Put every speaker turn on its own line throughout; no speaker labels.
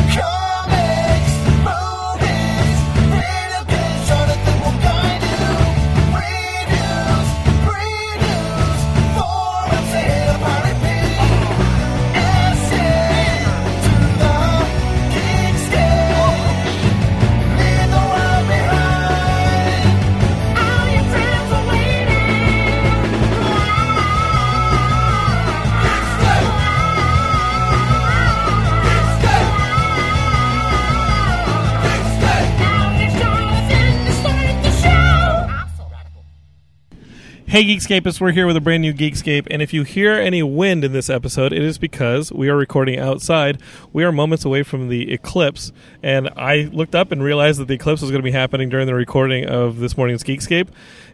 Comics, movies, freedom bits, Jonathan will guide you. Previews, previews, forums, they hit a pirate beat. Essay to the geek scale. Leave the world behind. All your friends are waiting. Let's go. Let's go.
Hey Geekscapists, we're here with a brand new Geekscape, and if you hear any wind in this episode, it is because we are recording outside. We are moments away from the eclipse, and I looked up and realized that the eclipse was going to be happening during the recording of this morning's Geekscape,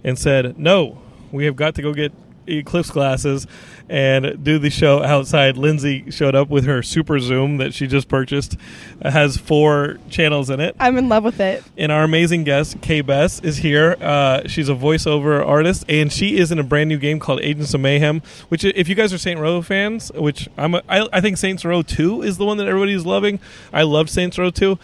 and said, "No, we have got to go get eclipse glasses and do the show outside. Lindsay showed up with her super zoom that she just purchased. It has four channels in it.
I'm in love with it.
And our amazing guest, Kay Bess, is here. Uh, she's a voiceover artist, and she is in a brand new game called Agents of Mayhem. Which, i- if you guys are Saint Row fans, which I'm, a, I, I think Saints Row Two is the one that everybody's loving. I love Saints Row Two.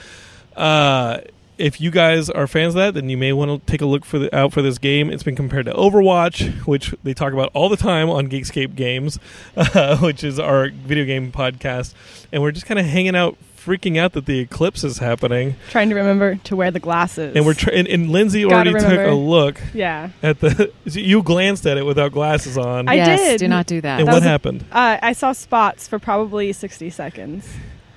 Uh, if you guys are fans of that, then you may want to take a look for the, out for this game. It's been compared to Overwatch, which they talk about all the time on Geekscape Games, uh, which is our video game podcast, and we're just kind of hanging out, freaking out that the eclipse is happening.
Trying to remember to wear the glasses.
And we're tr- and, and Lindsay
Gotta
already
remember.
took a look
yeah.
at the. You glanced at it without glasses on.
I
yes,
did.
do not do that.
and
that
what
was a-
happened?
Uh, I saw spots for probably 60 seconds.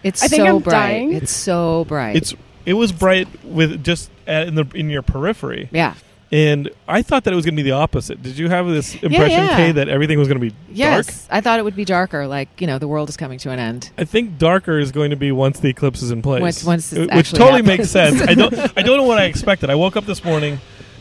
It's
I think
so
I'm
bright.
dying.
It's so bright.
It's it was bright with just at, in the in your periphery,
yeah,
and I thought that it was going to be the opposite. Did you have this impression,
yeah.
Kay, that everything was going to be
yes.
dark?
I thought it would be darker. Like you know, the world is coming to an end.
I think darker is going to be once the eclipse is in place, Uh,
Once- once it
which
actually
totally
happens.
makes sense. I don't I don't know what I expected. I woke up this morning.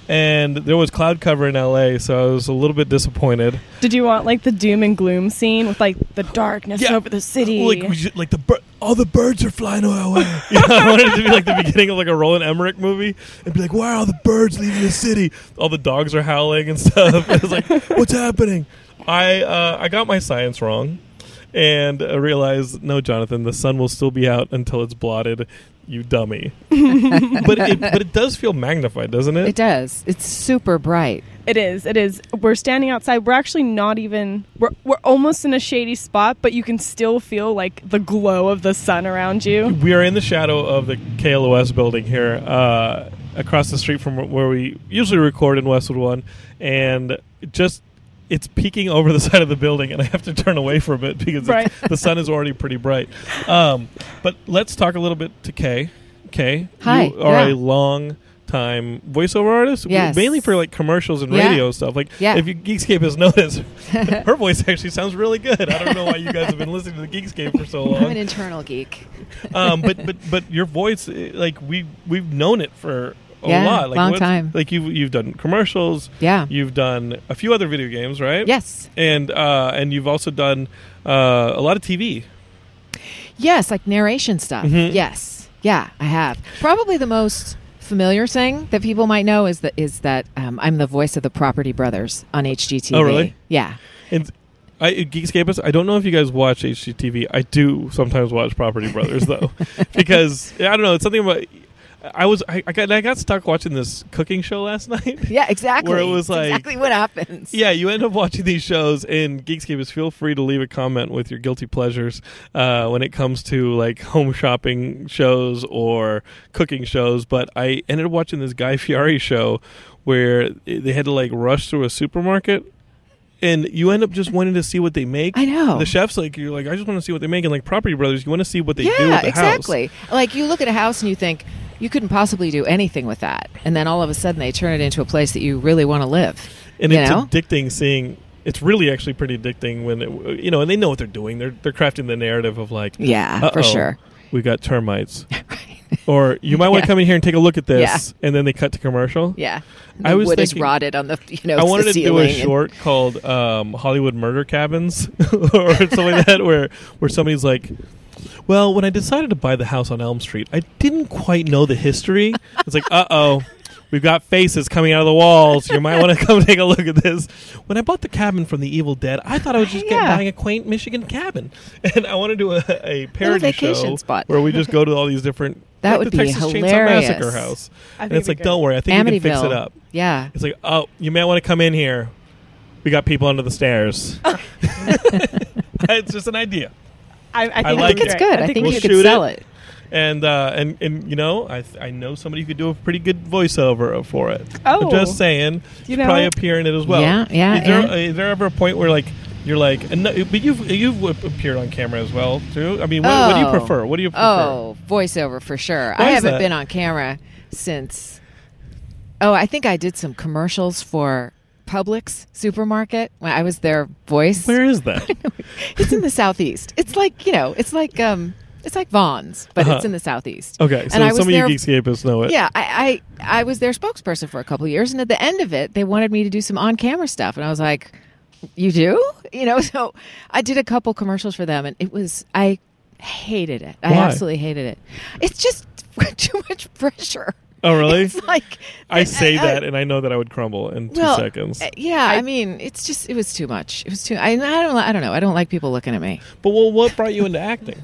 And there was cloud cover in LA, so I was a little bit disappointed.
Did you want like the doom and gloom scene with like the darkness over the city?
Like, we should- like the bir- all the birds are flying away. yeah, I wanted it to be like the beginning of like a Roland Emmerich movie, and be like, why are all the birds leaving the city? All the dogs are howling and stuff. It's like, what's happening? I uh, I got my science wrong, and I realized, no, Jonathan, the sun will still be out until it's blotted. You dummy. but it, but it does feel magnified, doesn't it?
It does. It's super bright.
it is. It is. We're standing outside. We're actually not even. We're we're almost in a shady spot, but you can still feel like the glow of the sun around you.
we are in the shadow of the KLOS building here, uh, across the street from where we usually record in Westwood One, and it just it's peeking over the side of the building, and I have to turn away from it because
Right.
it's- the sun is already pretty bright. Um, but let's talk a little bit to Kay. Kay,
Hi,
you are a
yeah.
long time voiceover artist,
Yes.
mainly for like commercials and
Yeah.
radio stuff. Like,
Yeah.
if you Geekscape has noticed, her voice actually sounds really good. I don't know why you guys have been listening to the Geekscape for so long
I'm an internal geek.
um, but but but your voice, eh, like we we've known it for a
Yeah,
lot, like
long
what's-
time.
Like you you've done commercials,
Yeah.
You've done a few other video games, right?
Yes.
and uh, and you've also done uh, a lot of TV.
Yes, like narration stuff.
Mm-hmm.
Yes. Yeah, I have. Probably the most familiar thing that people might know is that is that um, I'm the voice of the Property Brothers on HGTV.
Oh, really?
Yeah.
And I Geekscapists, I don't know if you guys watch HGTV. I do sometimes watch Property Brothers though, because I don't know. It's something about. I was I, I got I got stuck watching this cooking show last night.
Yeah, exactly.
Where it was
It's
like-
exactly what happens.
Yeah, you end up watching these shows, and Geekscape is feel free to leave a comment with your guilty pleasures uh, when it comes to like home shopping shows or cooking shows. But I ended up watching this Guy Fieri show where they had to like rush through a supermarket, and you end up just wanting to see what they make.
I know.
the chefs like you're like I just want to see what they make, and like Property Brothers, you want to see what they do.
yeah,
with the House.
exactly. Like you look at a house and you think you couldn't possibly do anything with that, and then all of a sudden they turn it into a place that you really want to live.
and
you
it's
know?
addicting seeing it's really actually pretty addicting when it, you know, and they know what they're doing. They're they're crafting the narrative of like,
Yeah, for
"Uh-oh,
sure.
we got termites, or you might want
Yeah.
to come in here and take a look at this,
Yeah.
and then they cut to commercial.
Yeah,
I
The
was
wood is
thinking-
rotted on the you know.
I wanted
the
to do a
ceiling and-
short called um, Hollywood Murder Cabins or something like that, where where somebody's like, "Well, when I decided to buy the house on Elm Street, I didn't quite know the history." It's like, "Uh oh." We've got faces coming out of the walls. You might want to come take a look at this. When I bought the cabin from The Evil Dead, I thought I was just get-
Yeah.
buying a quaint Michigan cabin, and I want to do a, a parody
vacation
show
spot.
where we just go to all these different.
That
like
would
the
be
Texas
hilarious.
Chainsaw Massacre house,
I
and
think
it's
it'd
like,
be
don't
good.
worry, I think we can fix it
Amityville.
up.
Yeah.
It's like, oh, you may want to come in here. We got people under the stairs. it's just an idea,
I, I think,
I
like
think it's
it.
good. I
I
think,
think
we'll
you
shoot
could sell
it.
it.
and uh, and and you know, I I know somebody who could do a pretty good voiceover for it.
Oh.
I'm just saying, you
You
should
know
probably
what?
appear in it as well.
Yeah, yeah,
Is there,
yeah.
is there ever a point where like you're like, and no, but you've you've appeared on camera as well too. I mean, what, what do
Oh.
you prefer? What do you prefer?
Oh, voiceover for sure. I
is
haven't
that?
been on camera since. Oh, I think I did some commercials for Publix supermarket when I was their voice.
Where is that?
It's in the southeast. It's like you know, it's like um, it's like Vaughn's, but
Uh-huh.
it's in the southeast.
Okay, so
I was
some of you
their-
geekscapists know it.
Yeah, I, I I was their spokesperson for a couple of years, and at the end of it, they wanted me to do some on camera stuff, and I was like, "You do?" You know, so I did a couple commercials for them, and it was I hated it. I
Why?
absolutely hated it. It's just too much pressure.
Oh, really?
It's like
I say
I- I-
that, and I know that I would crumble in two
well,
seconds.
uh, Yeah, I, mean, it's just it was too much. It was too. I, I don't. I don't know. I don't like people looking at me.
But well, what brought you into acting?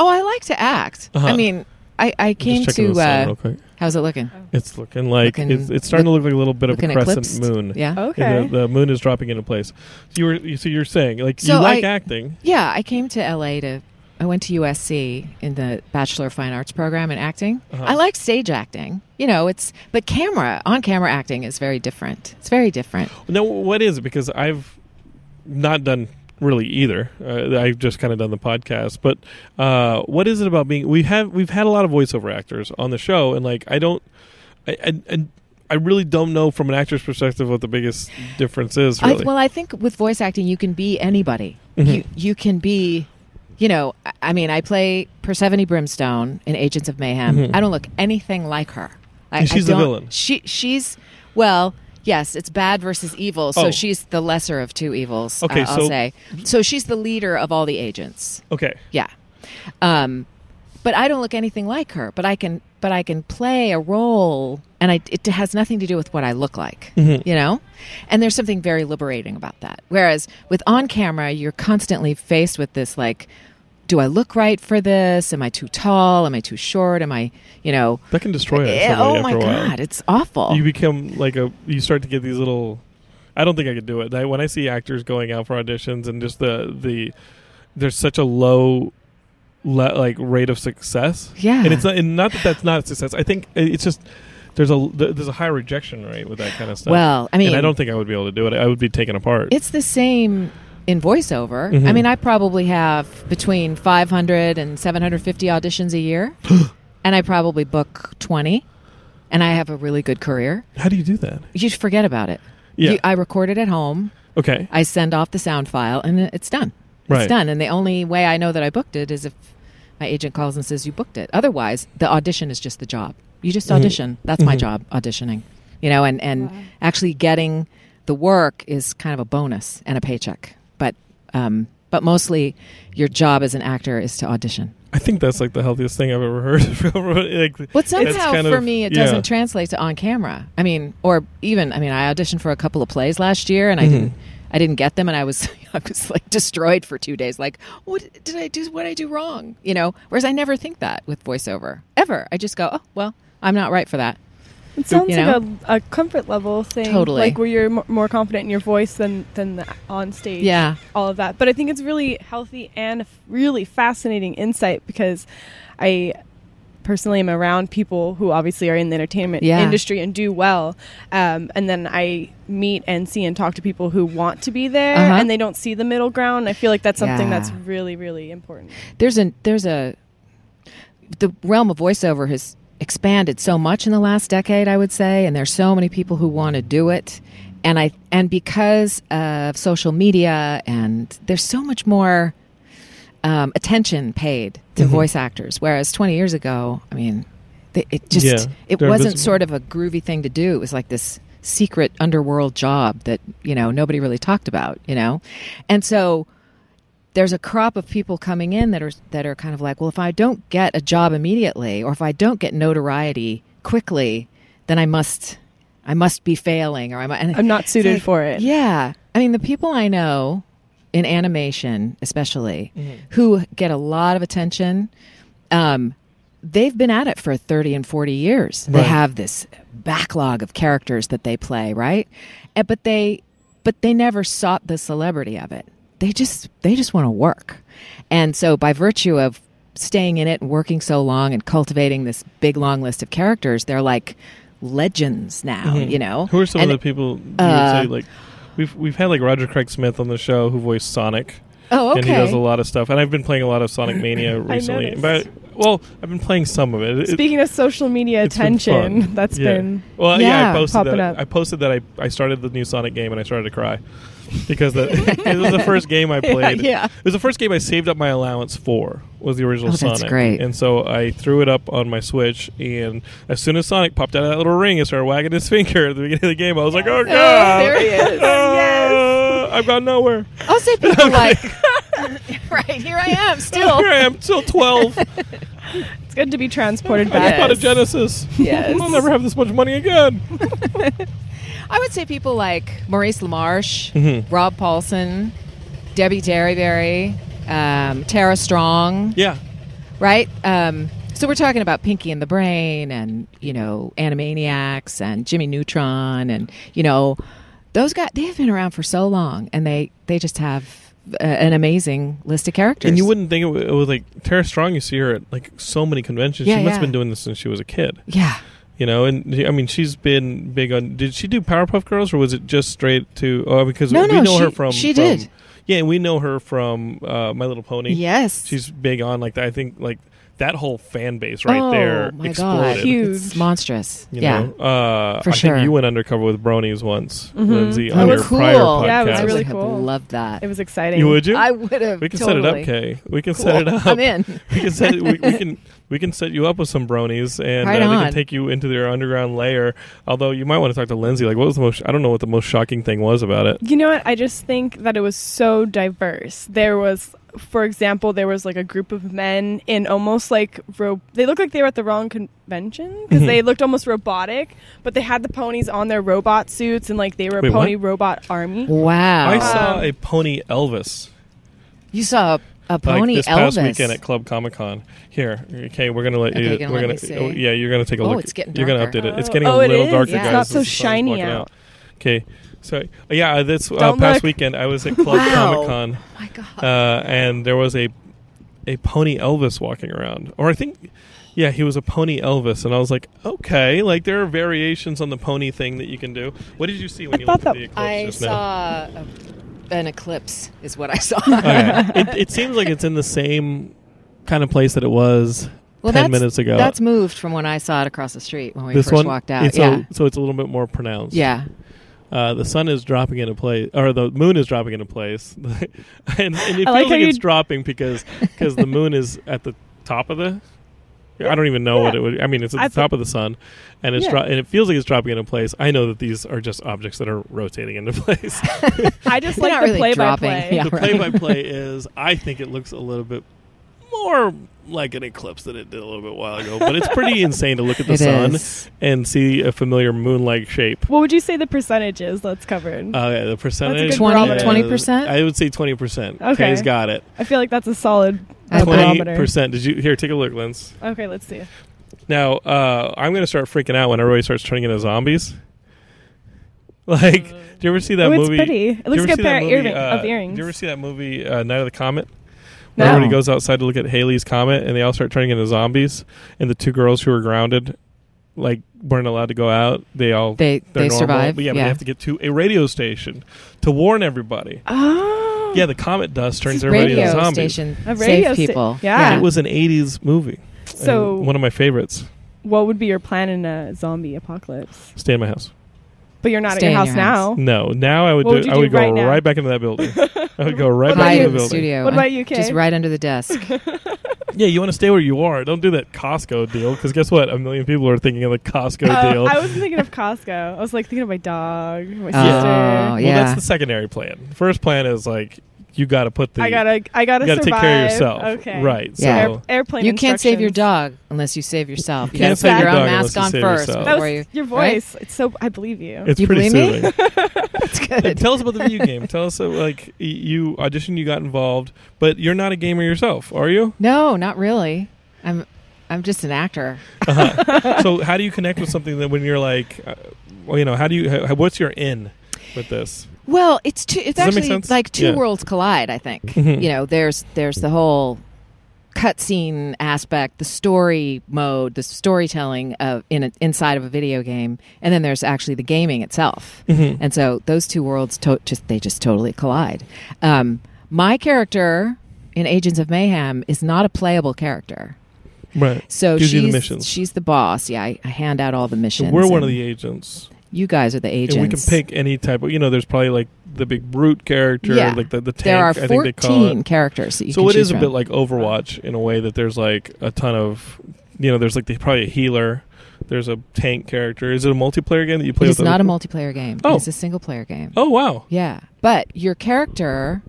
Oh, I like to act.
Uh-huh.
I mean, I I came
Just checking
to.
this out
Uh,
real quick.
how's it looking?
It's looking like
Looking-
it's, it's starting to look like a little bit of a
looking
crescent
eclipsed?
moon.
Yeah.
Okay.
The, the moon is dropping into place. So you were you- so you're saying like you
So
like
I-
acting.
Yeah, I came to LA to. I went to USC in the Bachelor of Fine Arts program in acting.
Uh-huh.
I like stage acting. You know, it's but camera on camera acting is very different. It's very different.
No, what is it? Because I've not done really either. Uh, I've just kind of done the podcast. But uh, what is it about being? We have we've had a lot of voiceover actors on the show, and like I don't, I I, I, I really don't know from an actor's perspective what the biggest difference is. Really, Mm-hmm.
I, well, I think with voice acting, you can be anybody. You you can be, you know. I- I mean, I play Persephone Brimstone in Agents of Mayhem. I don't look anything like her.
Mm-hmm.
I,
And she's the
I don't-
villain.
She she's well. Yes, it's bad versus evil. So
Oh.
she's the lesser of two evils.
Okay,
uh, I'll
so-
say. So she's the leader of all the agents.
okay.
Yeah. Um, but I don't look anything like her. But I can, but I can play a role, and I, it has nothing to do with what I look like, you know. And there's something very liberating about that. Whereas with on camera, you're constantly faced with this like, do I look right for this? Am I too tall? Am I too short? Am I, you know?
That can destroy us.
Eh, oh my god, it's awful.
you become like a you start to get these little i don't think i could do it I, when i see actors going out for auditions and just the the there's such a low le, like rate of success
Yeah.
and it's not, and not that that's not a success i think it- it's just there's a there's a high rejection rate with that kind of stuff
Well, I mean-
and i don't think i would be able to do it i would be taken apart
It's the same in voiceover. I mean, I probably have between 500 and 750 auditions a year, and I probably book 20, and I have a really good career.
how do you do that
You should forget about it.
Yeah.
You, I record it at home,
okay
I send off the sound file, and it's done.
Right.
It's done. And the only way I know that I booked it is if my agent calls and says, You booked it. Otherwise, the audition is just the job. You just audition. That's my job, auditioning. You know, and, and actually getting the work is kind of a bonus and a paycheck. But, um, but mostly, your job as an actor is to audition.
i think that's like the healthiest thing i've ever heard like,
But
that's
somehow
kind
for
of-
me, it
yeah.
doesn't translate to on camera. I mean, or even I mean, I auditioned for a couple of plays last year, and I didn't.
Mm-hmm.
I didn't get them, and I was I was like destroyed for two days. Like, what did I do? What did I do wrong? You know. Whereas I never think that with voiceover ever. I just go, oh well, I'm not right for that.
It sounds
you
like a, a comfort level thing.
Totally.
Like where you're m- more confident in your voice than than the, on stage.
Yeah.
All of that. But I think it's really healthy and f- really fascinating insight because I personally am around people who obviously are in the entertainment
Yeah.
industry and do well. Um, and then I meet and see and talk to people who want to be there
Uh-huh.
and they don't see the middle ground. I feel like that's something
Yeah.
that's really, really important.
There's a there's a the realm of voiceover has expanded so much in the last decade, I would say, and there's so many people who want to do it. and I and because of social media and there's so much more um, attention paid to
Mm-hmm.
voice actors, whereas 20 years ago, I mean, th- it just
Yeah,
it
they're
wasn't
invisible.
sort of a groovy thing to do. It was like this secret underworld job that you know nobody really talked about, you know, and so there's a crop of people coming in that are that are kind of like, well, if I don't get a job immediately, or if I don't get notoriety quickly, then I must, I must be failing, or I'm, and
I'm not
it's
suited
like,
for it.
Yeah, I mean, the people I know in animation, especially,
Mm-hmm.
who get a lot of attention, um, they've been at it for 30 and 40 years. They
Right.
have this backlog of characters that they play, right? And, but they but they never sought the celebrity of it. They just they just want to work. And so by virtue of staying in it and working so long and cultivating this big long list of characters, they're like legends now, you know.
Mm-hmm. Who are some
And-
of the people you
uh,
would say like? We've we've had like Roger Craig Smith on the show who voiced Sonic.
Oh, okay.
And he does a lot of stuff, and I've been playing a lot of Sonic Mania recently. but
noticed.
well, I've been playing some of it. It-
Speaking of social media
it's been
attention,
fun.
that's
Yeah.
been
well, yeah. I
Yeah,
posted
popping
that.
up.
I posted that I, I started the new Sonic game and I started to cry because that it was the first game I played.
yeah.
it was the first game I saved up my allowance for was the original
Oh, that's
Sonic.
great.
And so I threw it up on my Switch, and as soon as Sonic popped out of that little ring and started wagging his finger at the beginning of the game, I was like, oh god,
there he is.
yes, I've gone nowhere.
I'll say people like right, here I am still.
Here I am, still twelve.
it's good to be transported
I just
back.
bought a Genesis.
Yes.
I'll never have this much money again.
I would say people like Maurice LaMarche,
Mm-hmm.
Rob Paulson, Debbie Derryberry, um, Tara Strong,
Yeah.
right? Um, so we're talking about Pinky and the Brain and, you know, Animaniacs and Jimmy Neutron and, you know, those guys, they have been around for so long and they, they just have uh, an amazing list of characters.
And you wouldn't think it wa- it was like Tara Strong. You see her at like so many conventions.
Yeah,
she must have
yeah.
been doing this since she was a kid.
Yeah.
You know, and she- I mean, she's been big on. Did she do Powerpuff Girls or was it just straight to? Oh, because
No,
we
no,
know her
she-
from.
she
from-
did.
Yeah, and we know her from uh, My Little Pony.
Yes.
she's big on like I think like that whole fan base right
oh,
there
my
exploded.
God.
Huge.
It's monstrous.
You
yeah.
know? uh,
For
I
sure.
think you went undercover with Bronies once, Lindsay,
Oh,
on your
cool.
prior podcast.
Yeah, it was
I
really
would
cool.
have loved that.
it was exciting.
you would you?
I would have.
we can set it
totally.
up, Kay. We can set it
Cool.
up.
I'm in.
we can set we, we can we can set you up with some bronies and
Right
uh, they can
on.
take you into their underground lair. Although you might want to talk to Lindsay. Like, what was the most? I don't know what the most shocking thing was about it.
You know what? I just think that it was so diverse. There was, for example, there was like a group of men in almost like ro- they looked like they were at the wrong convention because
Mm-hmm.
they looked almost robotic, but they had the ponies on their robot suits and like they were
Wait,
a pony
what?
robot army.
Wow.
I saw a pony Elvis.
you saw a, a pony
like this
Elvis.
past weekend at Club Comic Con. Here, okay, we're gonna let
Okay,
you.
you're gonna
we're
let
gonna,
me see.
oh, yeah, you're gonna take a
Oh,
look.
it's getting
you're gonna
darker.
update it. It's
Oh.
getting
Oh,
a
it
little
is?
darker,
Yeah. It's
guys.
not
as
so
the sun's
shiny
blocking
out.
Okay, so yeah, this uh,
Don't
past
look.
weekend I was at Club
Wow.
Comic Con.
Oh my God.
uh, and there was a a pony Elvis walking around, or I think, yeah, he was a pony Elvis, and I was like, okay, like there are variations on the pony thing that you can do. What did you see when
I
you looked
thought
at the eclipse
I
just
saw a, an eclipse, is what I saw.
now? Okay. it, it seems like it's in the same kind of place that it was ten minutes ago.
That's moved from when I saw it across the street when we
this
first
one
walked out.
it's a-
yeah.
so it's a little bit more pronounced.
yeah.
uh, the sun is dropping into place, or the moon is dropping into place, and, and it feels
like
like,
how you-
it's dropping because because the moon is at the top of the. I don't even know what it would. I mean, it's at
I
the top of the sun, and it's
Yeah.
dro- and it feels like it's dropping into place. I know that these are just objects that are rotating into place.
I just
They're
like the
not really
play
dropping.
by play.
Yeah.
the play by play is, I think it looks a little bit more like an eclipse than it did a little bit while ago, but it's pretty insane to look at the
It
sun
is.
and see a familiar moon like shape.
What would you say the percentage is that's covered?
Uh, yeah, the percentage
good barometer.
is-
20%?
I would say twenty percent.
Okay.
Kay's got it.
I feel like that's a solid
I like
Twenty
barometer.
percent. Did you here? Take a look, Lens.
Okay, let's see.
Now uh, I'm going to start freaking out when everybody starts turning into zombies. Like, do you ever see that
Oh, it's
movie?
pretty. It
do you
looks
ever
like a
see
pair
that
of
movie,
earring-
uh,
of earrings.
Do you ever see that movie uh, Night of the Comet?
No.
Where everybody goes outside to look at Haley's comet, and they all start turning into zombies. And the two girls who were grounded, like, weren't allowed to go out. They all
They-
they're
they
normal.
survive,
But yeah, but
yeah.
they have to get to a radio station to warn everybody.
Oh.
Yeah, the comet dust turns everybody
Radio
into zombies.
station.
A radio
save
sta-
people.
yeah.
It was an '80s movie.
Ah. So-
And one of my favorites.
What would be your plan in a zombie apocalypse?
Stay in my house.
But you're not
Stay
at your
in
house
your
now.
house.
No, now I would
What
do,
would you
I
do
would go
right now?
right back into that building. I would go right
What
back into the
about you?
Hide in the
building.
studio.
What about
I'm
you, Kay?
Just right under the desk.
Yeah, you want to stay where you are. Don't do that Costco deal because guess what? A million people are thinking of the Costco
Uh,
deal.
I wasn't thinking of Costco. I was like thinking of my dog, my
Oh,
sister.
yeah.
Well, that's the secondary plan. First plan is like you got to put the
I gotta, I
you
gotta,
gotta take
survive.
care of yourself.
Okay.
Right.
Yeah.
So
Air, airplane.
you can't save your
instructions.
dog unless you save yourself.
You
You, gotta
can't save
put
your
your own
dog unless
mask
you
on
save
first.
yourself.
That
before
was
you,
your
right?
voice. It's so I believe you.
it's
You
pretty
believe me?
soothing.
That's good.
Tell us about the video game. Tell us uh, like y- you auditioned, you got involved, but you're not a gamer yourself, are you?
No, not really. I'm I'm just an actor.
Uh-huh. so how do you connect with something that when you're like, uh, well, you know, how do you? How, what's your in with this?
Well, it's two,
Does
it's
that make
actually
sense?
like two
Yeah. Mm-hmm.
worlds collide. I think you know. There's there's the whole cutscene aspect, the story mode, the storytelling of in a, inside of a video game, and then there's actually the gaming itself. And so those two worlds to- just they just totally collide. Um, my character in Agents of Mayhem is not a playable character.
Right.
So
gives
she's
you the missions.
she's the boss. Yeah, I, I hand out all the missions.
We're one of
and
the agents,
You guys are the agents.
and we can pick any type of. You know, there's probably like the big brute character,
Yeah.
like the the tank.
There are
I think they call
fourteen
it.
characters. That you
So it
can
is
choose
a
from.
bit like Overwatch in a way that there's like a ton of, you know, there's like the, probably a healer. There's a tank character. Is it a multiplayer game that you play?
It
with
is not
other people?
a multiplayer game.
Oh.
It's a single player game.
Oh wow!
Yeah. But your character,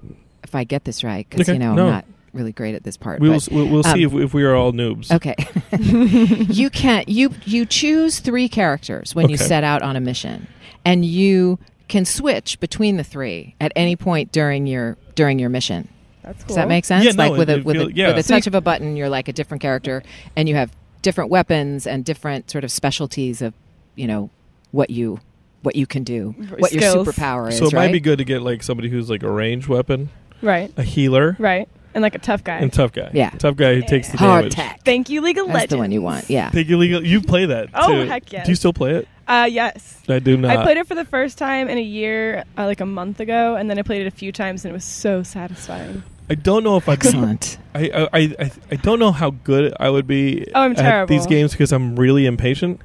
if I get this right, because,
Okay,
you know,
no.
I'm not really great at this part.
We will,
but,
we'll, we'll see if,
um,
we- if we are all noobs.
okay. you can't, you, you choose three characters when you
Okay.
set out on a mission, and you can switch between the three at any point during your during your mission.
That's cool.
Does that make sense?
Yeah, no,
like with
it-
a
it
with,
feel-
a,
yeah.
with a
So you-
touch of a button, you're like a different character, and you have different weapons and different sort of specialties of, you know, what you what you can do, what your
skills.
superpower is.
So it might
right?
be good to get like somebody who's like a ranged weapon,
right?
a healer,
Right. And like a tough guy.
and tough guy.
Yeah.
tough guy who takes the
hard
damage.
tack.
Thank you, League of
That's
Legends.
the one you want. Yeah.
Think you legal? You play that?
Oh,
too.
heck yes.
Do you still play it?
Uh, yes.
I do not.
I played it for the first time in a year, uh, like a month ago, and then I played it a few times, and it was so satisfying.
I don't know if I'd be,
Excellent.
I, I I I don't know how good I would be.
Oh, I'm
at these
terrible. Mm.
games because I'm really impatient.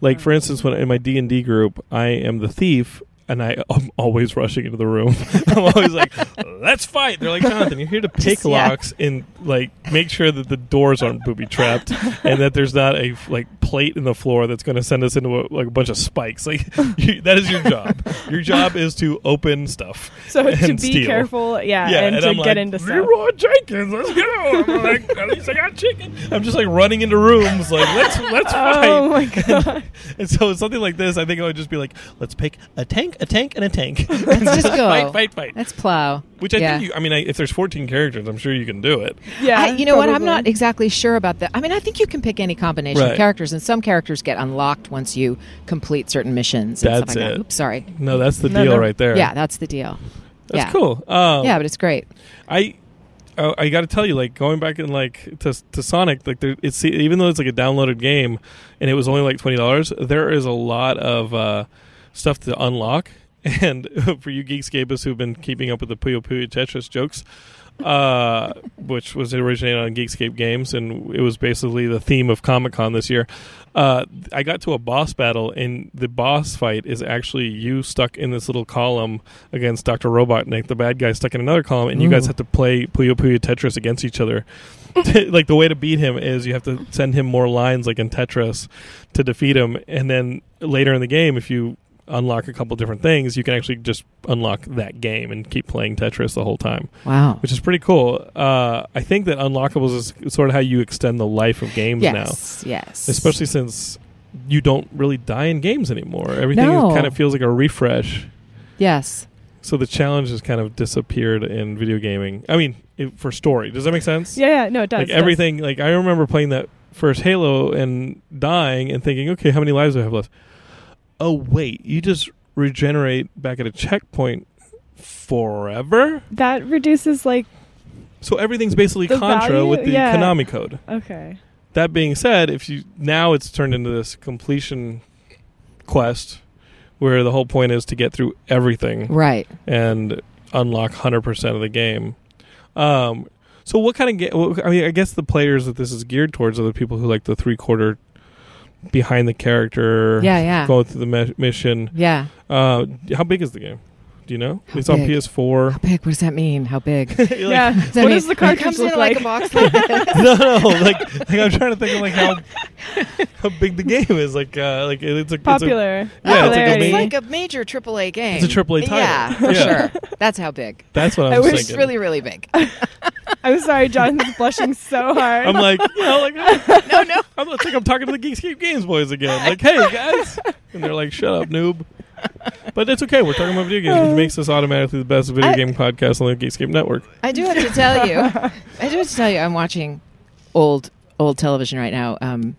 Like for instance, when in my D and D group, I am the thief. And I, I'm always rushing into the room. I'm always like, "Let's fight!" They're like, "Jonathan, you're here to pick
Just- yeah.
locks and like make sure that the doors aren't booby trapped and that there's not a like plate in the floor that's going to send us into a, like a bunch of spikes." Like you, that is your job. Your job is to open stuff.
So
and
to be
steal
careful, yeah, and, to
I'm
get
like,
into stuff.
Leroy Jenkins, let's go. I'm like, at least I got chicken. I'm just like running into rooms, like let's let's fight.
Oh my god!
And so something like this, I think I would just be like, let's pick a tank, a tank, and a tank.
Let's just go.
fight, fight, fight.
Let's plow.
Which I
Yeah.
think you, I mean, I, if there's 14 characters, I'm sure you can do it.
Yeah,
I, you know what? I'm
probably.
not exactly sure about that. I mean, I think you can pick any combination
Right.
of characters, and some characters get unlocked once you complete certain missions. And
That's
stuff like
it.
That. Oops, sorry.
No, that's the
No,
deal
no.
right there.
Yeah, that's the deal.
that's
yeah.
cool. Um,
Yeah, but it's great.
I I, I got to tell you, like going back and like to to Sonic, like there, it's even though it's like a downloaded game, and it was only like twenty dollars, there is a lot of uh, stuff to unlock. And for you geekscapists who've been keeping up with the Puyo Puyo Tetris jokes, uh, which was originated on Geekscape Games, and it was basically the theme of Comic Con this year. Uh, I got to a boss battle, and the boss fight is actually you stuck in this little column against Doctor Robotnik, the bad guy stuck in another column, and you guys have to play Puyo Puyo Tetris against each other. like the way to beat him is you have to send him more lines, like in Tetris, to defeat him, and then later in the game, if you unlock a couple different things you can actually just unlock that game and keep playing tetris the whole time
Wow.
which is pretty cool. Uh, I think that unlockables is sort of how you extend the life of games
Yes. Yes.
now, especially since you don't really die in games anymore. Everything
No.
is, kind of feels like a refresh.
Yes.
So the challenge has kind of disappeared in video gaming. I mean, it, for story, does that make sense?
Yeah, yeah, no, it does.
like
it does.
everything. Like I remember playing that first Halo and dying and thinking, okay, how many lives do I have left? Oh wait, you just regenerate back at a checkpoint forever.
That reduces like
So everything's basically
The
Contra
value?
with the
Yeah.
Konami code.
okay.
That being said, if you now it's turned into this completion quest where the whole point is to get through everything
Right.
and unlock 100% of the game. Um, so what kind of game I mean I guess the players that this is geared towards are the people who like the three quarter behind the character.
Yeah, yeah.
Going through the me- mission.
Yeah.
Uh, how big is the game? Do you know?
How
it's on
big?
PS4.
How big? What does that mean? How big? Does
You're
yeah.
like,
that
what
mean
does the
it
cartridge
comes
look
in
like?
like a box like this?
no, no. Like, like I'm trying to think of like how how big the game is. Like, uh, like it- it's a It's a,
Popular.
yeah, it's like a
Popularity.
main,
It's like a major AAA game.
It's a AAA title.
Yeah, for
Yeah.
sure. That's how big.
That's what I
I
was
wish
It's
thinking.
really, really big.
I'm sorry, Jonathan's blushing so hard.
I'm like, you know, like
No, no.
I'm it's like I'm talking to the Geekscape Games boys again. Like, hey guys, and they're like, shut up, noob. But it's okay. We're talking about video games, which makes us automatically the best video
I-
game podcast on the Geekscape Network.
I do have to tell you. I do have to tell you. I'm watching old old television right now. Um,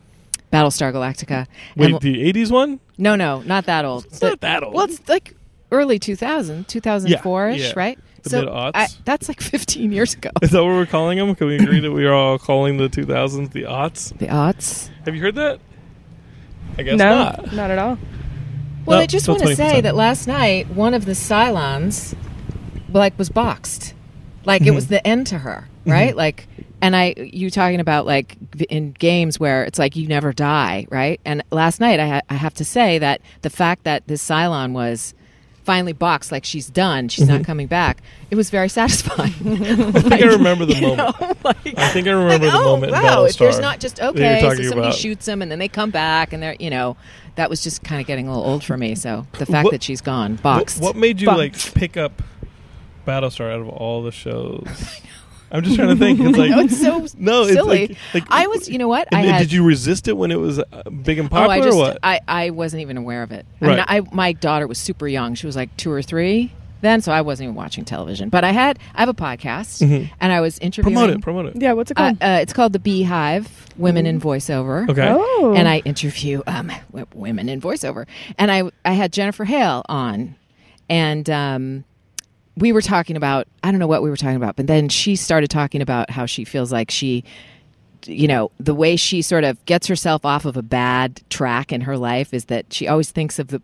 Battlestar Galactica.
Wait,
And-
the '80s one?
no, no, not that old.
It's not that old.
Well, it's like early 2000, 2004 ish,
Yeah, yeah.
right?
The mid-aughts.
that's like 15 years ago.
Is that what we're calling them? Can we agree that we are all calling the 2000s the aughts?
The aughts.
Have you heard that? I guess
no,
not.
not. at all.
Well,
No,
I just
still
want to
20%.
say that last night one of the Cylons, like, was boxed, like
Mm-hmm.
it was the end to her, right? Like, and I, you talking about like v- in games where it's like you never die, right? And last night I, ha- I have to say that the fact that this Cylon was finally boxed, like she's done, she's
Mm-hmm.
not coming back, it was very satisfying.
I think I remember the moment.
like,
I think I remember
like,
the
oh,
moment in
wow,
Battlestar.
if there's not just
that you're
okay, so
talking
somebody
about.
shoots them and then they come back and they're you know that was just kind of getting a little old for me. So the fact
What-
that she's gone
What-
boxed.
What, made you
Boxed.
like pick up Battlestar out of all the shows? I'm just trying to think. It's like
no, it's so
No, it's
silly.
like- like-
I was, you know what?
And
I
then
had,
did you resist it when it was uh, big and
Oh,
popular?
I just,
or what?
I, I wasn't even aware of it.
Right.
I mean, I my daughter was super young; she was like two or three then, so I wasn't even watching television. But I had, I have a podcast, and I was interviewing.
Mm-hmm. promote it. Promote it. Mm-hmm.
Yeah, what's it
uh,
called?
uh, it's called the Beehive: Women in Voiceover.
Okay.
oh,
and I interview um, w- women in voiceover. And I I had Jennifer Hale on, and um, we were talking about I don't know what we were talking about, but then she started talking about how she feels like she. You know, the way she sort of gets herself off of a bad track in her life is that she always thinks of the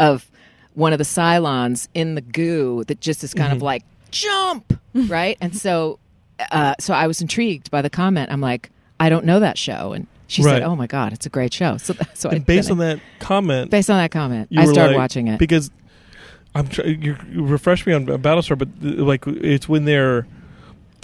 of one of the Cylons in the goo that just is kind of
Mm-hmm.
like jump, right? And so uh, so I was intrigued by the comment. I'm like, I don't know that show, and she
Right.
said, "Oh my god, it's a great show." So, th- so I
And based
then
on
I-
that comment,
based on that comment,
you
I
were
started
like-
watching it.
because I'm tr- you you refresh me on Battlestar, but th- like it's when they're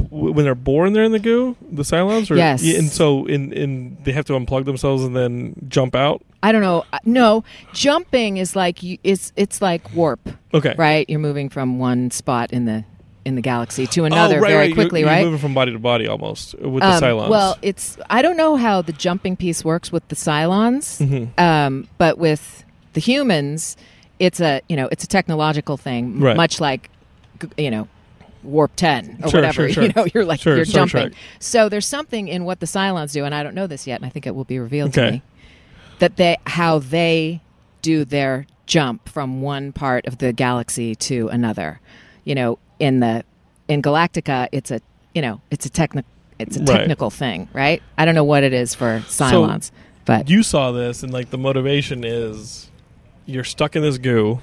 when they're born, they're in the goo, the Cylons, or
Yes.
yeah, and so in in they have to unplug themselves and then jump out.
I don't know. I- No, jumping is like you, it's it's like warp,
Okay,
right? You're moving from one spot in the in the galaxy to
Oh,
another
right,
very
right. You-
quickly,
you're
right?
Moving from body to body almost uh, with
Um,
the Cylons.
Well, it's I don't know how the jumping piece works with the Cylons,
Mm-hmm.
um, but with the humans, it's a you know it's a technological thing, m-
Right.
much like g- you know warp ten or
Sure,
whatever.
sure, sure.
You know, you're like
Sure,
you're
Star
jumping.
Trek.
So there's something in what the Cylons do, and I don't know this yet, and I think it will be revealed
Okay.
to me that they how they do their jump from one part of the galaxy to another. You know, in the in Galactica, it's a you know it's a technical it's a
Right.
technical thing, right? I don't know what it is for Cylons, but
you saw this and like the motivation is you're stuck in this goo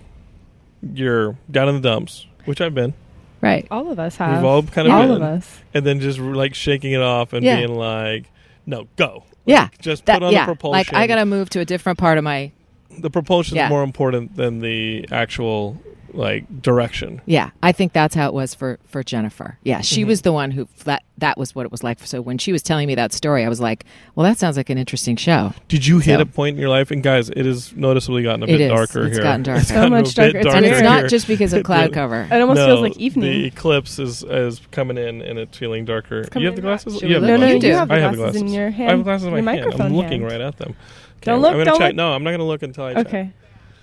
you're down in the dumps which i've been
right,
all of us have.
we've all kind of
all
been
of us.
and then just like shaking it off and
Yeah.
being like no go
yeah,
Like, just
that,
put on
yeah.
the propulsion
Like I gotta move to a different part of my
the propulsion
Yeah.
is more important than the actual like direction
Yeah, I think that's how it was for for Jennifer. Yeah, she
Mm-hmm.
was the one who that that was what it was like. So when she was telling me that story, I was like, "Well, that sounds like an interesting show."
did you hit
So-
a point in your life and guys it is noticeably gotten a
It
bit
is.
darker
It's
here
gotten darker.
It's
So
gotten a bit
much darker. It's
and it's
weird.
not just because of cloud
The-
cover.
It almost
no,
feels like evening.
The eclipse is is coming in and it's feeling darker. Do
coming
you have the
in
glasses?
hot.
You have
No,
the
no,
glasses.
you have
the
I have the
glasses
glasses
in your
I have
hand.
the glasses in my
Your
hand. I'm
microphone
looking
hand.
right at them. Okay,
Don't look,
I'm gonna
don't
check.
look.
No, I'm not going to look until I check.
Okay.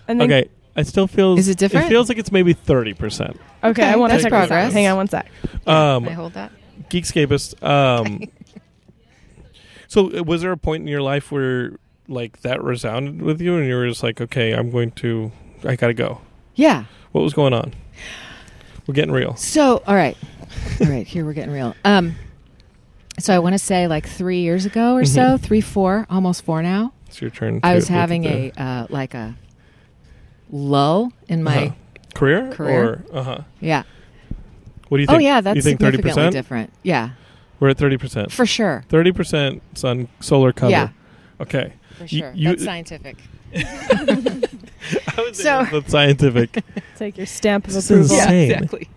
And then,
Okay. It still feels.
Is it different?
It feels like it's maybe thirty percent.
Okay, I
Okay,
want to
that's
check this out.
progress.
Hang on one sec.
I
Um,
hold that.
Geekscapist. Um, so, uh, was there a point in your life where like that resounded with you, and you were just like, "Okay, I'm going to. I got to go."
Yeah.
What was going on? We're getting real.
So all right, all right. Here we're getting real. Um, so I want to say like three years ago or so,
Mm-hmm.
three, four, almost four now.
It's your turn.
I
to
was
look at
having
the-
a uh, like a lull in my
Uh-huh. career.
career.
Or, uh-huh.
yeah.
What do you
Oh
think?
yeah, that's
you think thirty
significantly
percent?
different. Yeah,
We're at thirty percent.
for sure.
Thirty percent sun solar cover.
Yeah.
Okay.
for
You-
sure.
you-
That's scientific.
I would say
So-
that's scientific.
It's like your stamp of
This is
approval.
insane.
Yeah, exactly.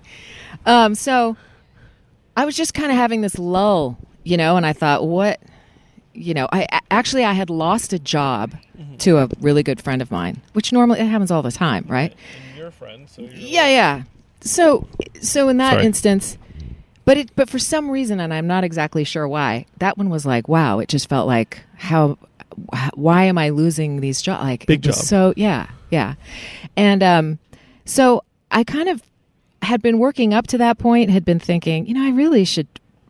Um, so I was just kind of having this lull, you know, and I thought, what, you know, I a- actually I had lost a job to a really good friend of mine, which normally it happens all the time, right?
Your friend, so you're
Yeah, yeah. So, so in that
Sorry.
instance, but it, but for some reason, and I'm not exactly sure why, that one was like, wow, it just felt like how, wh- why am I losing these jobs? Like
Big
it was
job.
So yeah, yeah, and um, so I kind of had been working up to that point, had been thinking, you know, I really should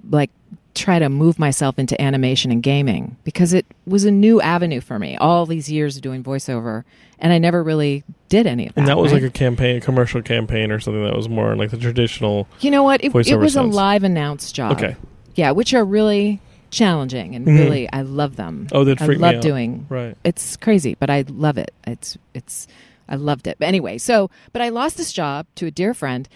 like try to move myself into animation and gaming because it was a new avenue for me all these years of doing voiceover and i never really did any of that
And that was
right?
like a campaign, a commercial campaign or something that was more like the traditional.
You know what? It, it
Voiceover
was
sounds.
a live announced job.
Okay.
Yeah, which are really challenging and
Mhm.
really I love them.
Oh, that
I
freaked me
love
out.
doing.
Right.
It's crazy, but I love it. It's it's I loved it. But anyway, so but I lost this job to a dear friend.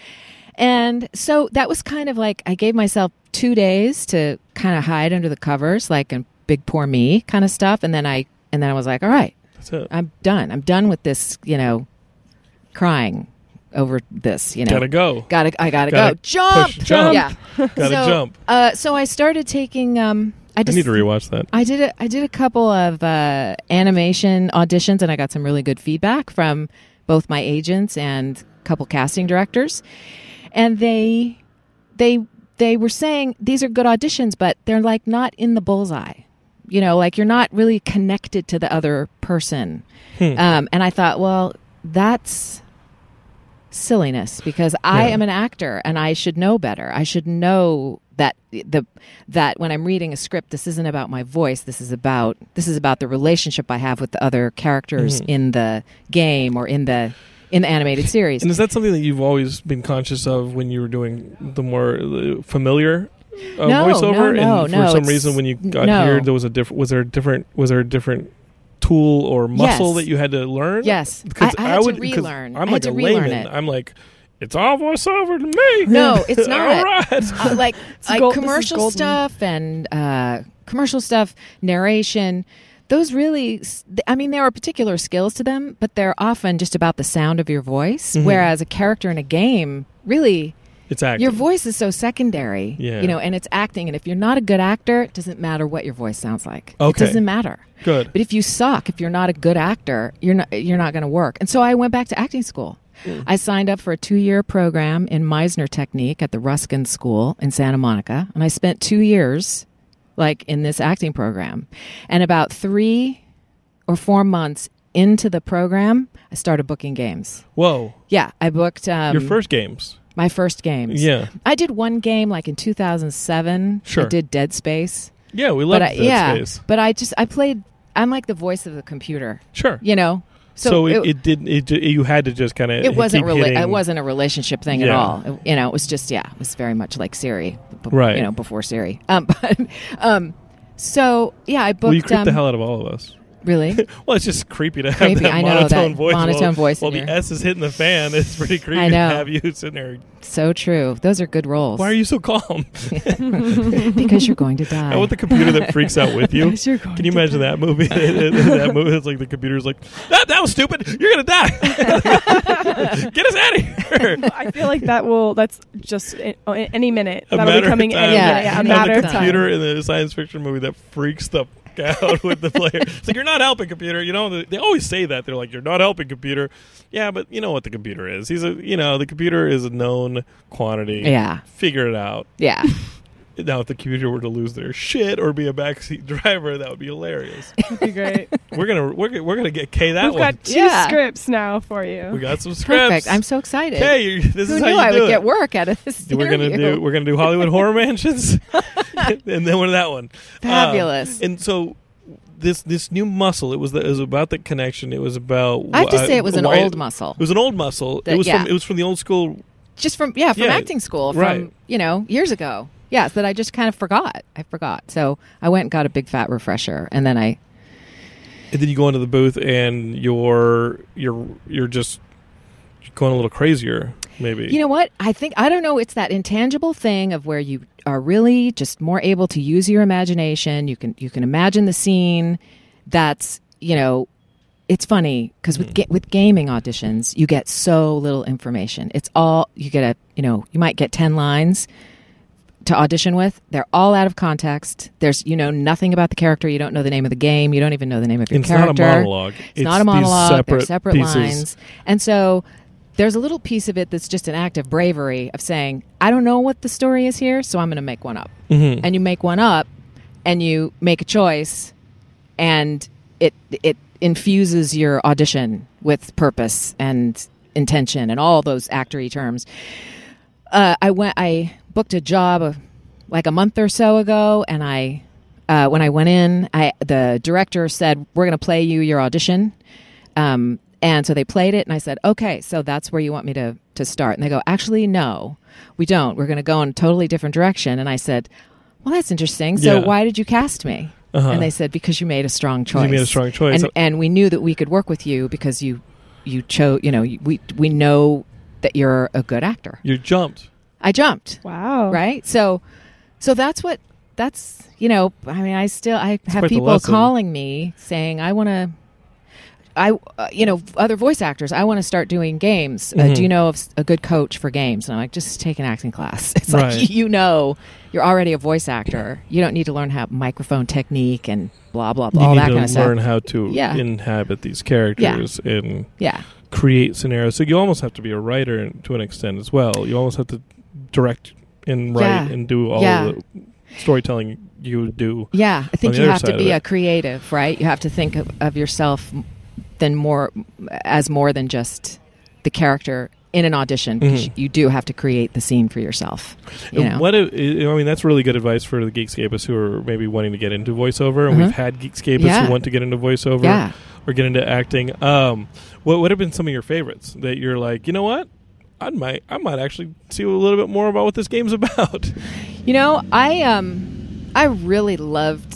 And so that was kind of like I gave myself 2 days to kind of hide under the covers like and big poor me kind of stuff and then I and then I was like, all right,
That's it.
I'm done. I'm done with this, you know, crying over this, you know.
Gotta go.
Gotta, I gotta,
Gotta
go. Jump,
push, jump.
Yeah,
Gotta
so,
jump.
Uh, so I started taking. Um, I
I
just
need to rewatch that.
I did a, I did a couple of uh, animation auditions, and I got some really good feedback from both my agents and a couple casting directors, and they they they were saying these are good auditions, but they're like not in the bullseye. You know, like you're not really connected to the other person. Um, and I thought, well, that's silliness because I
Yeah.
am an actor and I should know better. I should know that the that when I'm reading a script, this isn't about my voice. This is about this is about the relationship I have with the other characters
Mm-hmm.
in the game or in the in the animated series.
And is that something that you've always been conscious of when you were doing the more uh, familiar uh,
No,
voiceover?
no, no,
and for
no,
some
it's-
reason, when you got
no.
here, there was a different. Was there a different? Was there a different tool or muscle
Yes.
that you had to learn?
Yes.
because
I- I had to
'cause
relearn.
I'm like
I had to
a
relearn
layman.
it.
I'm like, it's all voiceover to me.
No, it's not.
all right.
uh, like like
gold- this is
commercial
golden.
stuff and uh, commercial stuff, narration. Those really, s- th- I mean, there are particular skills to them, but they're often just about the sound of your voice.
Mm-hmm.
Whereas a character in a game, really,
It's acting.
your voice is so secondary.
Yeah.
You know, and it's acting. And if you're not a good actor, it doesn't matter what your voice sounds like. It
Okay.
doesn't matter.
Good.
But if you suck, if you're not a good actor, you're not you're not going to work. And so I went back to acting school.
Hmm.
I signed up for a two-year program in Meisner technique at the Ruskin School in Santa Monica, and I spent two years, like in this acting program, and about three or four months into the program, I started booking games.
Whoa,
Yeah, I booked um,
your first games.
my first games.
Yeah.
I did one game like in 2007.
Sure.
I did Dead Space,
Yeah, we love
I,
that
yeah,
space.
but I just I played. I'm like the voice of the computer
Sure.
you know
So,
so,
it, it, didn't. It, ju- you had to just kind of.
it wasn't
really.
really it wasn't a relationship thing at
Yeah.
all It- you know it was just yeah it was very much like siri b-
Right.
you know before siri um but um so yeah i booked
Well, you creeped
um,
the hell out of all of us.
really
Well, it's just creepy to have
Creepy,
that
I know,
monotone
that
voice. while-
monotone voice
While
in
the
your-
S is hitting the fan, it's pretty creepy
I know.
to have you sitting there.
so true those are good roles
Why are you so calm?
because you're going to die
I want the computer that freaks out with you.
Because you're going
Can you
to
imagine that movie? that movie, it's like the computer's like, that, that was stupid. You're gonna die. Get us out of here.
I feel like that will. That's just in, oh, in any minute.
A
That'll
matter
be coming
of
any
time.
Yeah,
minute. Yeah, a
any
matter
And
of
minute.
the
time.
computer in the science fiction movie that freaks the fuck out with the player. It's like you're not helping computer. You know they- they always say that they're like you're not helping computer. Yeah, but you know what the computer is. He's a you know the computer is a known quantity.
yeah
figure it out.
yeah
Now, if the computer were to lose their shit or be a backseat driver, that would be hilarious.
That'd be great.
we're gonna we're, gonna- we're gonna get K that
We've
one.
got two
Yeah.
scripts now for you.
we got some scripts.
perfect i'm so excited
K, you- this
who
is
knew
how you
i
do
would
it.
get work out of this
We're gonna
interview?
do we're gonna do Hollywood Horror Mansions, and then we're that one. Um,
Fabulous.
and so this this new muscle. It was the, it was about the connection. It was about.
i have to
uh,
say it was an
why-
old muscle
It was an old muscle.
That-
it was
yeah.
from it was from the old school.
just from yeah from
Yeah,
acting school from
right.
you know years ago yes that i just kind of forgot i forgot so i went and got a big fat refresher and then i
And then you go into the booth and you're you're you're just going a little crazier, maybe.
you know what i think i don't know it's that intangible thing of where you are really just more able to use your imagination you can you can imagine the scene that's you know it's funny because
Hmm.
with ga- with gaming auditions you get so little information it's all you get a you know you might get 10 lines to audition with they're all out of context there's you know nothing about the character you don't know the name of the game you don't even know the name of your
It's not a
character
monologue.
it's,
It's
not a
these
monologue they're
separate
separate
pieces.
lines and so there's a little piece of it that's just an act of bravery of saying i don't know what the story is here so i'm going to make one up
Mm-hmm.
and you make one up and you make a choice and it it infuses your audition with purpose and intention and all those actory terms. Uh, I went. I booked a job uh, like a month or so ago, and I uh, when I went in, I the director said we're going to play you your audition. Um, and so they played it, and I said, "Okay, so that's where you want me to to start." And they go, "Actually, no, we don't. We're going to go in a totally different direction." And I said, "Well, that's interesting. So
Yeah.
why why did you cast me? And they said, because you made a strong choice.
Uh-huh. you made a strong choice.
And, and we knew that we could work with you because you, you chose, you know, you, we, we know that you're a good actor.
You jumped.
I jumped,
Oh.
Wow.
right? So, so that's what, that's, you know, I mean, I still, I have
quite the
people
lesson.
calling me saying, I want to, I, uh, you know, other voice actors, I want to start doing games. Uh,
Mm-hmm.
do you know of s- a good coach for games? And I'm like, just take an acting class. It's
Right.
like, you know, you're already a voice actor. You don't need to learn how microphone technique and blah, blah, blah,
you
all
need
that
to
kind of
learn
stuff.
how to
Yeah.
inhabit these characters and
Yeah.
create scenarios. So you almost have to be a writer to an extent as well. You almost have to direct and write
Yeah.
and do all
Yeah.
the storytelling you would do.
Yeah. I think
the
you
other
have
side
to
of
be
it.
a creative, right? You have to think of, of yourself m- than more as more than just the character in an audition because
Mhm.
you do have to create the scene for yourself. You
And
know?
What if- I mean, that's really good advice for the Geekscapists who are maybe wanting to get into voiceover, and
Uh-huh.
we've had Geekscapists
Yeah.
who want to get into voiceover
Yeah.
or get into acting. Um, what would have been some of your favorites that you're like, you know what? I might, I might actually see a little bit more about what this game's about.
You know, I um, I really loved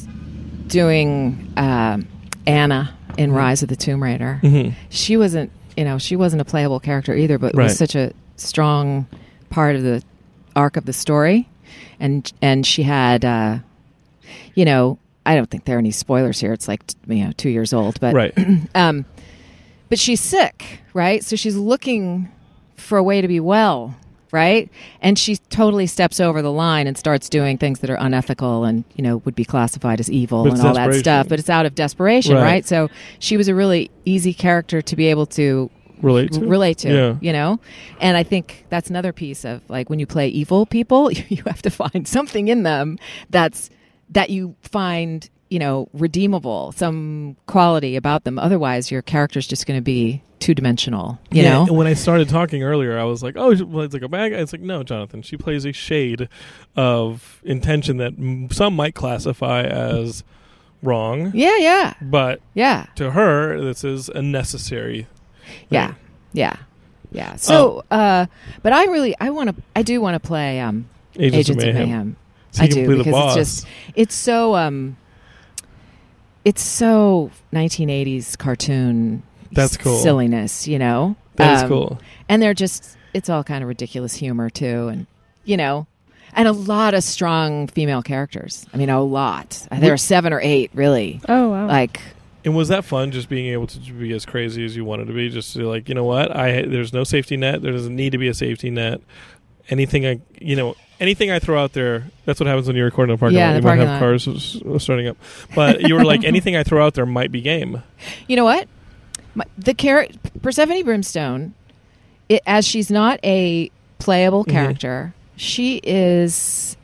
doing um Anna in
Mm-hmm.
Rise of the Tomb Raider. She wasn't, you know, she wasn't a playable character either, but it
Right.
was such a strong part of the arc of the story, and and she had, uh, you know, I don't think there are any spoilers here. It's like t- you know, two years old, but
right.
um, but she's sick, right? So she's looking for a way to be well, right? And she totally steps over the line and starts doing things that are unethical and, you know, would be classified as evil
But it's
and all that
desperation.
stuff. But it's out of desperation,
Right.
right. So she was a really easy character to be able to
Relate to?
relate to
Yeah.
you know and i think that's another piece of like when you play evil people you have to find something in them that's that you find you know redeemable some quality about them otherwise your character's just going to be two-dimensional you
yeah,
know
and when I started talking earlier, I was like, "Oh, well, it's like a bad guy." It's like, no, Jonathan. She plays a shade of intention that m- some might classify as wrong,
yeah yeah
but
yeah
to her, this is a necessary.
yeah yeah yeah so
Oh.
uh but i really i want to i do want to play um
Agents,
agents,
of Mayhem. So
i
you can
do
play the
because
boss.
it's just it's so um it's so 1980s cartoon
That's cool.
silliness you know
That is
Um,
cool.
and they're just it's all kind of ridiculous humor too and you know and a lot of strong female characters i mean a lot there are seven or eight really
Oh wow.
like
And was that fun? Just being able to be as crazy as you wanted to be. Just to like, you know what? I there's no safety net. There doesn't need to be a safety net. Anything I, you know, anything I throw out there. That's what happens when you record in a parking
Yeah,
lot.
the
You might
parking
have
lot.
cars s- s- starting up, but you were like, anything I throw out there might be game.
You know what? My, the char- Persephone Brimstone, it, as she's not a playable
Mm-hmm.
character, she is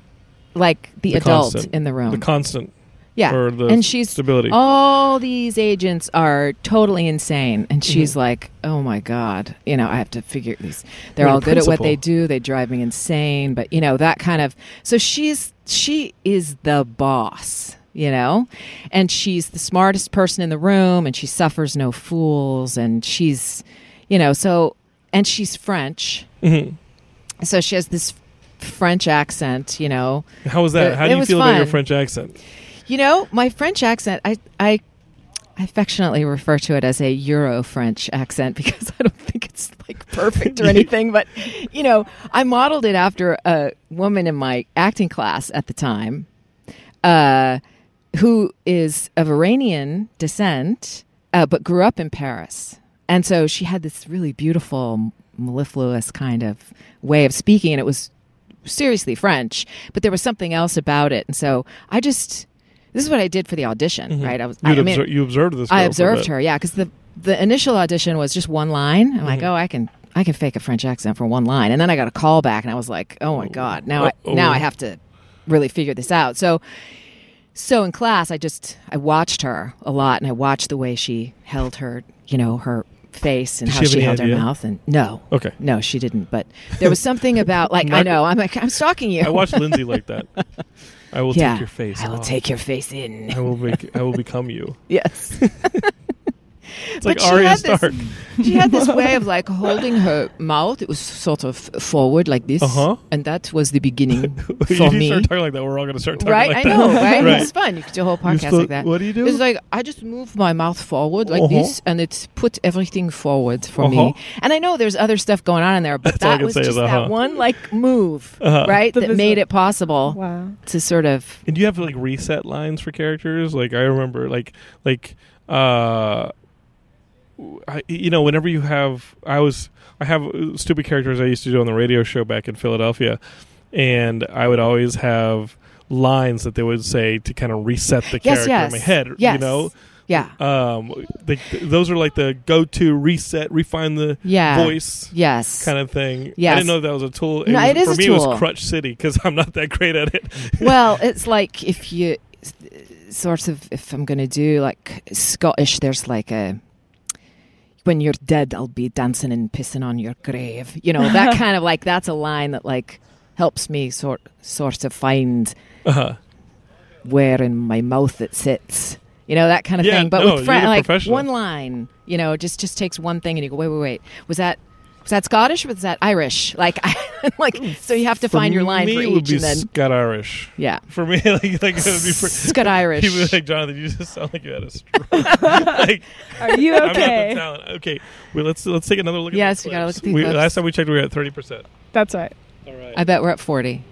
like the,
The
adult
constant.
in the room.
The constant.
yeah,
or the
and she's
stability.
All these agents are totally insane, and
Mm-hmm.
she's like, "Oh my god, you know, I have to figure these. They're
What a
all good at what
principle.
they do. They drive me insane, but you know that kind of. So she's she is the boss." You know, and she's the smartest person in the room, and she suffers no fools, and she's, you know, so, and she's French,
Mm-hmm.
so she has this French accent, you know,
How was that?
It-
How
it
do you
was
feel about your
fun.
French accent?
you know, my French accent, I, I affectionately refer to it as a Euro French accent because I don't think it's like perfect or anything. But, you know, I modeled it after a woman in my acting class at the time uh, who is of Iranian descent, uh, but grew up in Paris. And so she had this really beautiful, mellifluous kind of way of speaking, and it was seriously French, but there was something else about it. And so I just, this is what I did for the audition, right? I was,
You'd
I mean,
obser- you observed this.
I
girl for a
observed
bit.
her, yeah, because the the initial audition was just one line. I'm
Mm-hmm.
like, oh, I can I can fake a French accent for one line, and then I got a call back, and I was like, oh my god, now I,
Uh-oh.
now I have to really figure this out. So so in class, I just I watched her a lot, and I watched the way she held her, you know, her face and
Did
how
she have
she
any
held
idea?
her mouth, and no,
Okay.
no, she didn't. But there was something about like I
Margaret-
know I'm like I'm stalking you.
I watched Lindsay like that. I will
yeah,
take your face.
I will
off.
take your face in.
I will make. I will become you.
Yes.
It's
But
like
she
Arya
had this-
Stark.
she had this way of like holding her mouth. It was sort of forward like this,
Uh-huh.
and that was the beginning
you
for me.
start talking like that, we're all going to start talking
right,
like
I
that.
know, right?
Right.
It's fun. You could do a whole podcast
still-
like that.
what do you do?
It's like I just move my mouth forward like
Uh-huh.
this, and it's put everything forward for
Uh-huh.
me. And I know there's other stuff going on in there, but
That's all I
that
can
was
say is
just
uh-huh.
that one like move,
Uh-huh.
right?
The
that
visi-
made it possible
Wow.
to sort of
And do you have like reset lines for characters? Like I remember, like like uh, I, you know, whenever you have, I was I have uh, stupid characters I used to do on the radio show back in Philadelphia, and I would always have lines that they would say to kind of reset the
yes,
character in
yes,
my head.
yes,
You know,
yeah,
um, they, those are like the go-to reset, refine the
yeah,
voice
yes,
kind of thing. I
Yes.
didn't know that was a tool.
No,
was-
it is
for
a
me. It
tool.
was crutch city because I'm not that great at it.
well, it's like if you s- sort of if I'm going to do like Scottish, there's like a when you're dead, I'll be dancing and pissing on your grave. You know that kind of like that's a line that like helps me sort sort of find
Uh-huh.
where in my mouth it sits. You know that kind of
Yeah,
thing. But
no,
with
you're
Fran-
the
like
professional.
one line, you know, it just just takes one thing, and you go, wait, wait, wait, was that? Was that Scottish? Was that Irish? Like, I, like, so you have to find your line
me,
for
it would
each,
be
and then
Scott Irish.
yeah,
For me, like like it would be for,
Scott Irish.
People would be like Jonathan, you just sound like you had a stroke. like
Are you
I'm not the
okay?
talent. Okay, well, let's let's take another look.
Yes,
at the
we gotta
clips.
look at the
We-
clips.
Last time we checked, we were at thirty percent.
That's right.
All right.
I bet we're at 40.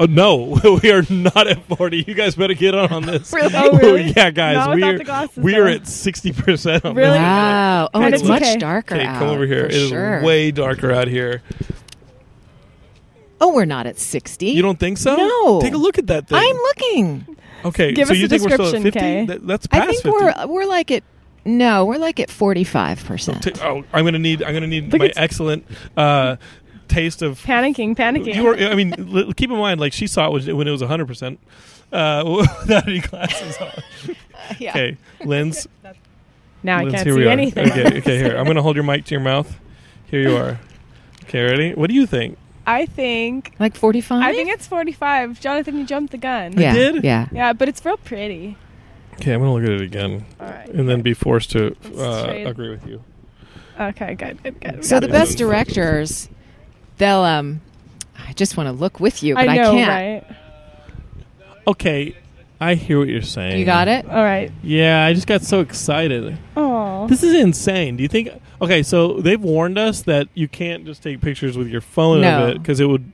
oh no, we are not at forty. You guys better get on on this.
Really? Oh, really?
yeah, guys,
Not without
we're
the glasses,
we're
though.
at sixty percent. on
Really?
This.
Wow. Oh,
Kinda
it's much
okay.
darker
Okay,
out.
come over here.
for
It is
sure.
way darker out here.
Oh, we're not at 60.
You don't think so?
No.
Take a look at that thing.
I'm looking.
okay,
Give
so
us
you
a
think we're still at
description,
fifty?
Kay.
That, that's past
I think
50.
we're we're like at No, we're like at 45%.
T- oh, I'm gonna need. I'm gonna need
Look,
my
it's-
excellent uh, taste of.
Panicking, panicking.
You were. I mean, l- keep in mind, like she saw it when- when it was 100 percent uh, without any glasses on.
yeah.
Okay, lens.
now I
lens,
can't
here we
see
are.
anything.
Okay, okay. Here, I'm gonna hold your mic to your mouth. Here you are. Okay, ready? What do you think?
I think
Like 45?
I think it's 45. Jonathan, you jumped the gun.
yeah.
did?
Yeah.
Yeah, but it's real pretty.
Okay, I'm gonna look at it again
All right.
and then be forced to
Let's
uh,
trade.
agree with you.
Okay, good, good, good.
So the
Yeah.
best directors they'll um I just want to look with you, but
I
I,
know,
can't.
right?
Okay, I hear what you're saying.
You got it?
All right.
Yeah, I just got so excited.
Oh.
This is insane. Do you think? Okay, so they've warned us that you can't just take pictures with your phone
No.
of it because it would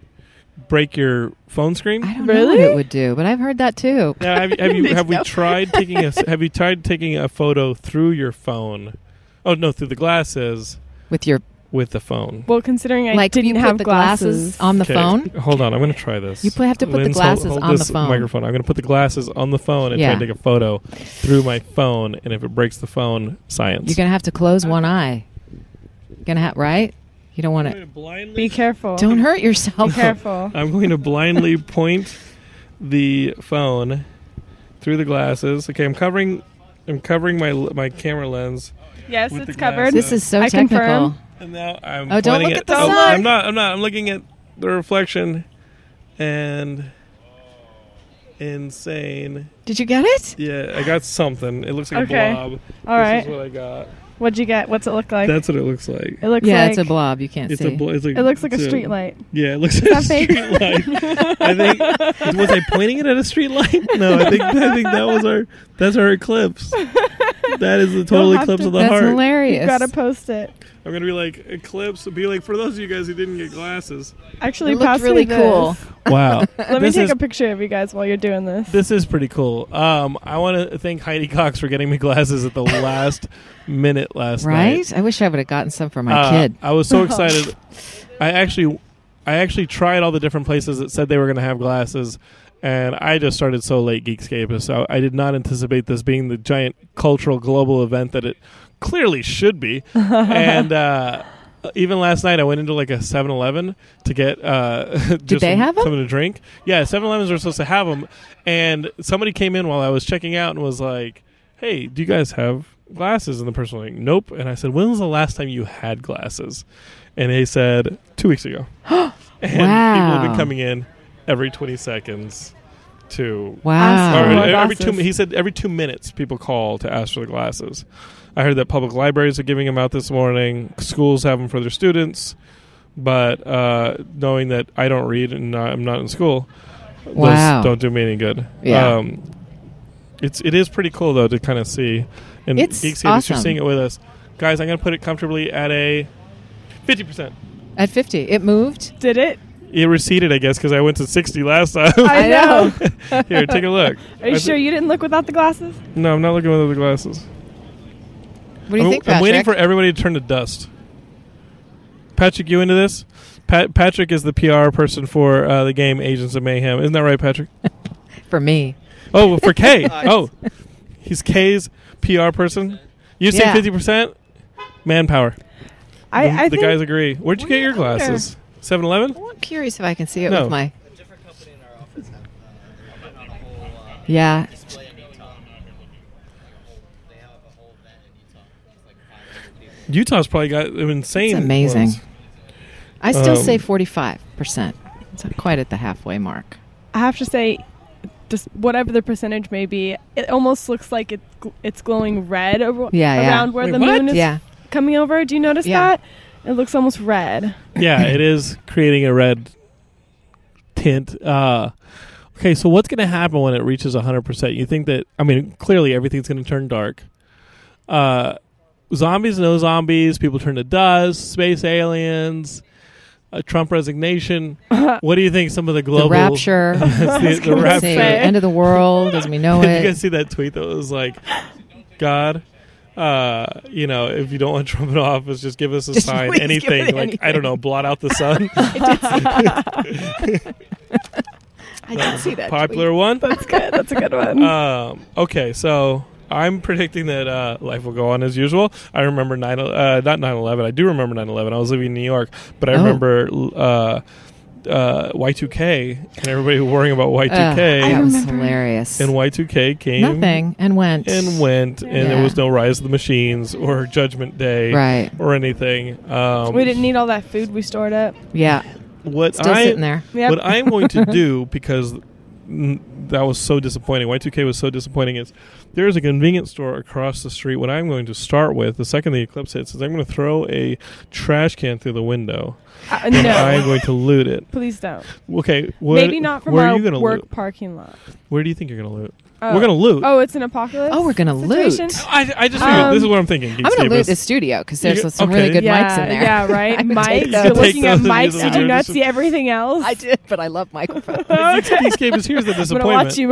break your phone screen.
I don't know what
Really?
it would do, but I've heard that too.
Now, have, you- have you
didn't
have we
know.
tried taking a s- have you tried taking a photo through your phone? Oh no, through the glasses
With your
with the phone.
Well, considering I
like
didn't
you put
have
the glasses, on the
Okay,
phone.
Hold on, I'm going to try this.
You pl- have to put the
Linz,
glasses
hold, hold
on the
this
phone.
Microphone. I'm going to put the glasses on the phone and try
Yeah.
and take a photo through my phone. And if it breaks the phone, science.
You're going to have to close one eye. Going to have right? You don't want to
Be
blindly
careful.
Don't hurt yourself.
Be careful.
I'm going to blindly point the phone through the glasses. Okay, I'm covering. I'm covering my my camera lens,
Yes,
With the
it's covered.
glasses.
This is so
I
technical.
confirm.
and now I'm.
Oh, don't
pointing
look at the
oh,
sun.
I'm not. I'm not. I'm looking at the reflection, and insane.
Did you get it?
Yeah, I got something. It looks like
Okay.
a blob.
All
this
right.
is what I got.
What'd you get? What's it look like?
That's what it looks like.
it looks
yeah,
like
it's a blob. You can't
It's
see.
a. Blo- it's like
It looks like a
it's
street light.
Yeah, it looks like a
that fake?
street light. I think was I pointing it at a street light? No, I think I think that was our that's our eclipse. That is the total
You'll have
eclipse
to-
of the
That's
heart.
hilarious.
You gotta post it.
I'm gonna be like eclipse. Be like for those of you guys who didn't get glasses.
Actually,
it
pass
looked really
me
cool.
This.
Wow.
Let me
This
take
is-
a picture of you guys while you're doing this.
This is pretty cool. Um, I want to thank Heidi Cox for getting me glasses at the last minute last night.
right? I wish I would have gotten some for my
Uh,
kid.
I was so excited. I actually, I actually tried all the different places that said they were going to have glasses, and I just started so late Geekscape. So I did not anticipate this being the giant cultural global event that it clearly should be. and uh, even last night, I went into like a 7-Eleven to get uh, just
they
some-
have 'em?
something to drink. Yeah, 7-Elevens were supposed to have them, and somebody came in while I was checking out and was like hey, do you guys have glasses? And the person was like, nope. And I said, when was the last time you had glasses? And they said, two weeks ago. and people have
Wow.
been coming in every 20 seconds to.
Wow.
Or
Oh, my
every two,
glasses.
he said every two minutes people call to ask for the glasses. I heard that public libraries are giving them out this morning. Schools have them for their students, but uh, knowing that I don't read and not, I'm not in school,
Wow.
those don't do me any good.
Yeah.
Um, it's it is pretty cool though to kind of see, and
It's
Geek Save is you're
awesome.
seeing it with us, guys. I'm gonna put it comfortably at a fifty percent.
At 50, it moved.
Did it?
It receded, I guess, because I went to sixty last time.
I know.
Here, take a look.
Are you
I
sure
thi-
you didn't look without the glasses?
no, I'm not looking with other glasses.
What do you
I'm,
think,
Oh, I'm waiting for
Patrick?
everybody to turn to dust. Patrick, you into this? Pat- Patrick is the PR person for uh, the game Agents of Mayhem. Isn't that right, Patrick?
for me.
Oh, well, for K. oh, he's K's PR person. You say
Yeah.
fifty percent manpower.
I,
the
I
the
think
guys agree. Where'd you
Where
get your
are they?
glasses? 7-Eleven?
Well, I'm curious if I can see it
No.
with my. Yeah,
Utah's probably got insane.
it's amazing.
ones.
I still
Um,
say 45%. It's not quite at the halfway mark.
I have to say, just whatever the percentage may be, it almost looks like it, gl- it's glowing red over,
Yeah, yeah.
around where
Wait,
the
what?
moon is
Yeah.
coming over. Do you notice
Yeah.
that? It looks almost red.
Yeah, it is creating a red tint. Uh, okay, so what's going to happen when it reaches 100%? You think that, I mean, clearly everything's going to turn dark. Uh, zombies, no zombies, people turn to dust, space aliens, uh, Trump resignation. what do you think some of the global.
the rapture.
Yes, the, the
gonna
Let's
rapture.
see,
say.
end of the world as we know
Did you guys
it.
see that tweet that was like, God, uh, you know, if you don't want Trump in office, just give us a
Just
sign,
please give
anything,
it
like I don't know, blot out the sun.
I did see that.
Popular one.
That's good. That's a good one.
Um, okay, so I'm predicting that uh, life will go on as usual. I remember nine, uh, not nine eleven. I do remember nine eleven. I was living in New York, but I
Oh.
remember. Uh, uh, Y2K and everybody worrying about Y2K,
Uh, that was
remember.
hilarious.
and Y2K came
Nothing and went.
and went, and there
Yeah.
was no Rise of the Machines or Judgment Day
Right.
or anything. Um,
we didn't need all that food we stored up.
Yeah.
what
Still
I,
sitting there.
Yep.
What I'm going to do because mm, that was so disappointing. Y2K was so disappointing. Is there is a convenience store across the street. What I'm going to start with the second the eclipse hits is I'm going to throw a trash can through the window.
Uh,
And I'm
no,
going to loot it.
please don't.
Okay, what,
Maybe not from
where
our
are you going to
work
loot?
parking lot.
Where do you think you're going to loot?
Oh.
We're going to loot.
Oh, Um, it's an apocalypse.
Oh, we're gonna loot.
situation?
I, I just figured, this is what I'm thinking.
I'm going to
Davis.
loot the studio because there's
You-
some really
okay.
good
yeah,
mics in there.
Yeah, right.
would
Mike,
take
you're
those.
looking
Take
at
those and
mics.
use
Did
them.
you not see everything else?
I did, but I love microphones.
Geekscape is here's the
I'm
disappointment.
gonna watch you.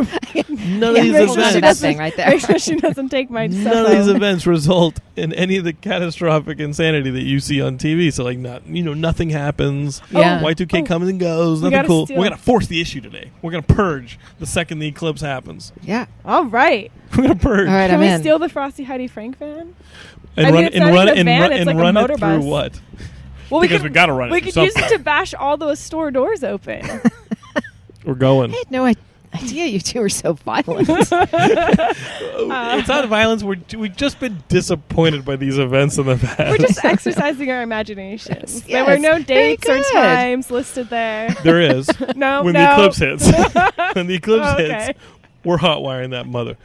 None
Yeah,
of these
Rachel, she
events,
does- thing right there.
Make sure she doesn't take my stuff.
none of these
home.
events result in any of the catastrophic insanity that you see on TV. So like, not you know, nothing happens.
Yeah.
Y2K
Oh.
comes and goes. Nothing
gotta
cool.
steal.
We're gonna force the issue today. We're gonna purge the second the eclipse happens.
yeah.
All right.
We're gonna purge
All right,
Can
I'm
we
in.
steal the Frosty Heidi Frank van?
and
I mean,
run
it's
and
not
run
even a
and
van,
run
it's
and
like a
run
motor
it through
bus.
what?
Well,
Because we gotta run it
We
through
could use it
something.
to bash all those store doors open.
We're going.
I had no i- idea you two were so violent.
it's not violence. We're, we've just been disappointed by these events in the past.
We're just exercising our imaginations.
Yes,
There were
yes.
no
Very
dates or
good.
times listed there.
there is
No,
when the
Oh, no.
eclipse hits. when the eclipse
Oh, okay.
hits, we're hot wiring that mother.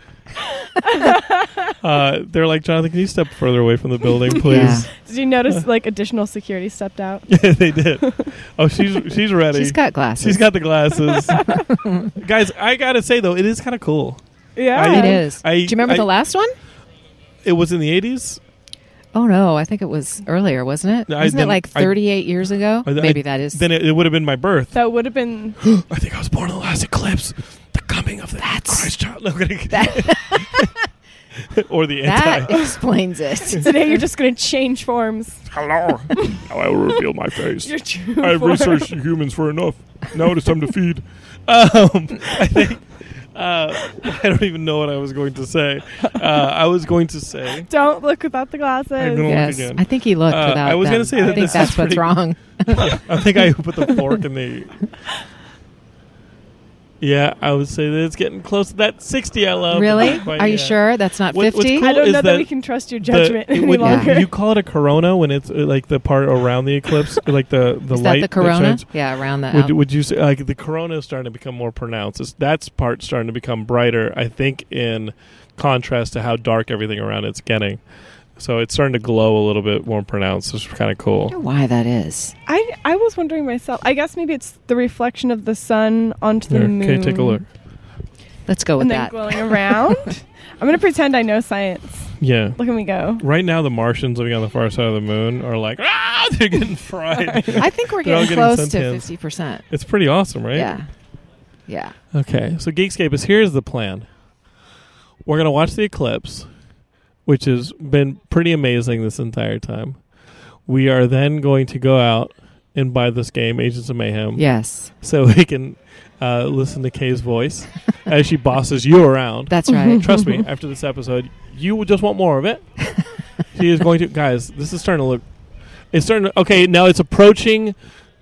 uh, they're like, Jonathan, can you step further away from the building, please?
Did you notice like additional security stepped out?
they did. Oh, she's she's ready.
She's got glasses.
She's got the glasses. Guys, I gotta say though, it is kind of cool.
Yeah,
I-
It is.
I-
Do you remember
I-
the last one?
It was in the eighties.
Oh no, I think it was earlier, wasn't it?
No, I
Wasn't it
didn't-
like
I-
38 years ago?
I- I-
Maybe that is.
Then it, it would have been my birth.
That would have been
I think I was born in the last eclipse. The coming of the Christ child. No, I'm kidding. or the anti.
that explains it.
today. You're just gonna change forms.
Hello. now I will reveal my face.
Your true
I
form.
researched humans for enough. Now it is time to feed. Um, I think. Uh, I don't even know what I was going to say. Uh, I was going to say.
Don't look without the glasses.
I don't-
yes,
again.
I think he looked
Uh,
without.
I was
them.
gonna say that
I think
this
that's
is
what's
pretty-
wrong.
I think I put the fork in the. Yeah, I would say that it's getting close to that sixty. I love.
Really?
But
Are you
yeah.
sure that's not
What- what's
50?
cool
I don't
is
know that,
that
we can trust your
The-
judgment
it
any
would-
longer.
You call it a corona when it's uh, like the part around the eclipse, like the the
is that
light
the corona?
shines.
Yeah, around that. Um,
Would, would you say like the corona is starting to become more pronounced? It's, that's part starting to become brighter, I think, in contrast to how dark everything around it's getting. So it's starting to glow a little bit more pronounced, which is kind of cool.
why that is.
I I was wondering myself. I guess maybe it's the reflection of the sun onto the
Here,
moon.
okay, take a look.
Let's go with
And then
that.
glowing around. I'm gonna pretend I know science.
Yeah.
Look at me go.
Right now, the Martians living on the far side of the moon are like, ah, they're getting fried.
I think we're
They're all
getting
getting
close to
suntans.
50%.
it's pretty awesome, right?
Yeah. Yeah.
Okay, so Geekscape is here's the plan. We're gonna watch the eclipse, which has been pretty amazing this entire time. We are then going to go out and buy this game, Agents of Mayhem,
Yes.
so we can uh, listen to Kay's voice as she bosses you around.
That's right.
Trust me, after this episode, you will just want more of it. she is going to, guys. This is starting to look. It's starting. To, okay, now it's approaching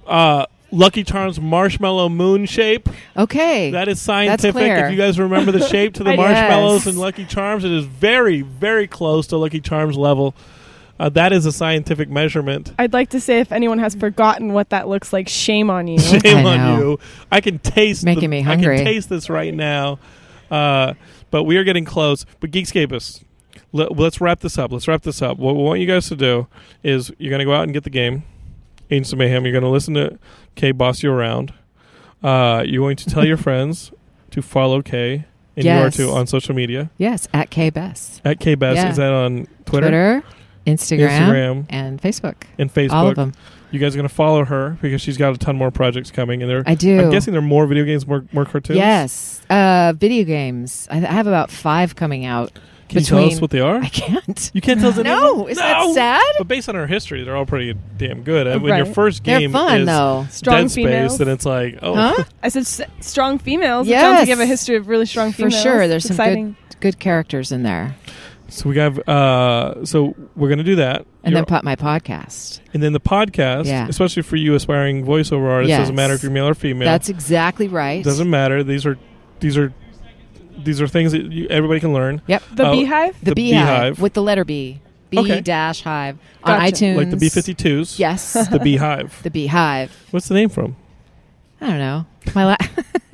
uh, Lucky Charms Marshmallow Moon shape.
Okay.
That is scientific.
clear.
If you guys remember the shape to the
I-
marshmallows
Yes.
and Lucky Charms, it is very, very close to Lucky Charms level. Uh, that is a scientific measurement.
I'd like to say if anyone has forgotten what that looks like, shame on you.
Shame on
I know.
you. I can taste
Making
the-
me hungry.
I can taste this right now. Uh, but we are getting close. But Geekscapists, let, let's wrap this up. Let's wrap this up. What we want you guys to do is you're going to go out and get the game, Agents of Mayhem. You're going to listen to Kay boss you around. Uh, you're going to tell your friends to follow Kay. And
Yes.
you are too on social media
yes, at K Bess.
at Kay Bess.
Yeah.
Is that on Twitter,
Twitter, Instagram,
Instagram,
and Facebook.
and Facebook?
All of them.
You guys are going to follow her because she's got a ton more projects coming, and they're
I do.
I'm guessing there are more video games, more, more cartoons.
Yes. Uh, video games. I, I have about five coming out.
Can you
between,
tell us what they are?
I can't.
You can't tell us the name
No,
of-
is that sad?
But based on our history, they're all pretty damn good. I mean, your
Right.
first
They're
game
fun
is
though.
Strong
Dead
females.
Space, then it's like, oh,
Huh?
I said s- strong females. It sounds like you have
Yes.
a history of really strong
For
females.
sure. There's
It's
some
exciting.
good good characters in there.
so we have, uh, so we're gonna do that,
And
You're-
then pop my podcast.
and then the podcast,
Yeah.
especially for you aspiring voiceover artists,
Yes.
doesn't matter if you're male or female.
That's exactly right.
doesn't matter. These are, these are, these are things that you, everybody can learn.
Yep.
The
Oh,
beehive.
The,
The
beehive,
Beehive.
with the letter B. B
Okay.
dash hive on
Gotcha.
iTunes.
Like the B52s.
Yes.
The Beehive.
the beehive.
What's the name from?
I don't know. My la-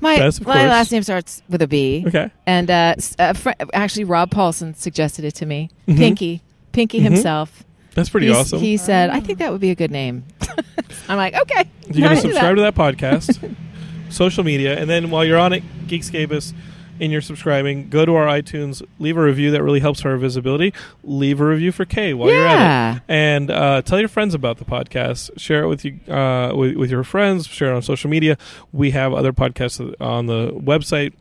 my
Best, of
my
course.
last name starts with a B.
Okay.
And uh, s- a fr- actually, Rob Paulson suggested it to me.
Mhm.
Pinky, Pinky
Mhm.
himself.
That's pretty
He's-
awesome.
He said, "I think that would be a good name." I'm like, okay.
You're going to
Nice.
subscribe to that podcast, social media, and then while you're on it, Geekscapist, and you're subscribing, go to our iTunes, leave a review that really helps our visibility. Leave a review for Kay while you're at
Yeah.
it, and uh, tell your friends about the podcast. Share it with you uh, with, with your friends. Share it on social media. We have other podcasts on the website,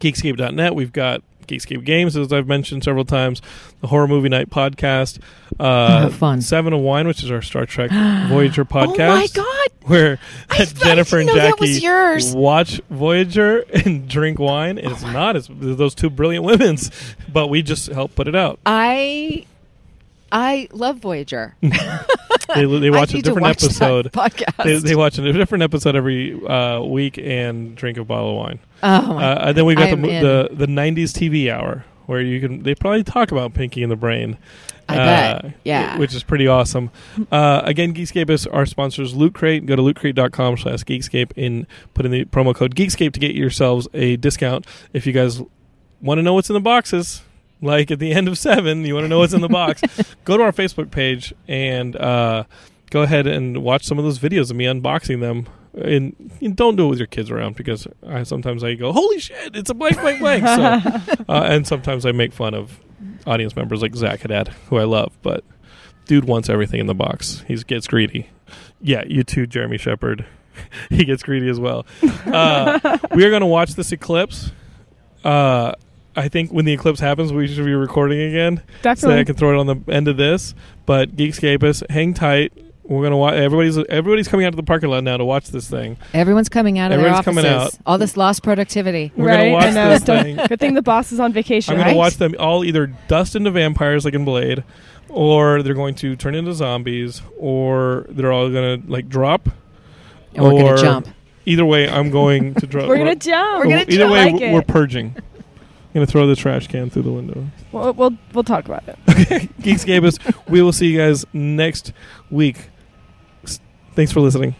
Geekscape.net. We've got. Geekscape Games, as I've mentioned several times, the Horror Movie Night podcast, uh,
Oh, fun.
Seven of Wine, which is our Star Trek Voyager podcast
Oh my god!
where
I- I
Jennifer and
didn't know that was
Jackie
yours. Oh
watch Voyager and drink wine. And it's not as those two brilliant women's, but we just help put it out.
I I love Voyager.
They, they watch
I
a
need to
different
watch that
episode.
podcast.
They, they watch a different episode every uh, week and drink a bottle of wine.
oh my!
Uh, and then we got
I
the,
am
mo-
in.
the the '90s TV hour where you can. They probably talk about Pinky and the Brain. Uh,
I bet. Yeah.
Which is pretty awesome. Uh, again, Geekscape is our sponsors, Loot Crate. Go to lootcrate.com slash Geekscape and put in the promo code Geekscape to get yourselves a discount. If you guys want to know what's in the boxes, like at the end of seven, you want to know what's in the box, go to our Facebook page and uh, go ahead and watch some of those videos of me unboxing them. And, and don't do it with your kids around because I sometimes I go, holy shit, it's a blank, blank, blank. So, uh, and sometimes I make fun of audience members like Zach Haddad, who I love, but dude wants everything in the box. He gets greedy. Yeah, you too, Jeremy Shepard. he gets greedy as well. Uh, we are going to watch this eclipse. Uh, I think when the eclipse happens, we should be recording again so that I
Definitely.
can throw it on the end of this. But Geekscape us, hang tight. We're gonna watch. Everybody's everybody's coming out to the parking lot now to watch this thing.
Everyone's coming out of
Everyone's
their
coming
offices.
out.
All this lost productivity.
We're
Right,
gonna
I
watch
know.
this thing.
Good thing the boss is on vacation.
I'm gonna
right?
watch them all either dust into vampires like in Blade, or they're going to turn into zombies, or they're all gonna like drop.
And we're
or-
gonna jump.
Either way, I'm going to drop.
We're gonna jump.
We're gonna
either
jump.
way,
Like
we're,
it.
we're purging. gonna throw the trash can through the window.
We'll, we'll we'll talk about it.
Geeks gave us. We will see you guys next week. S- Thanks for listening.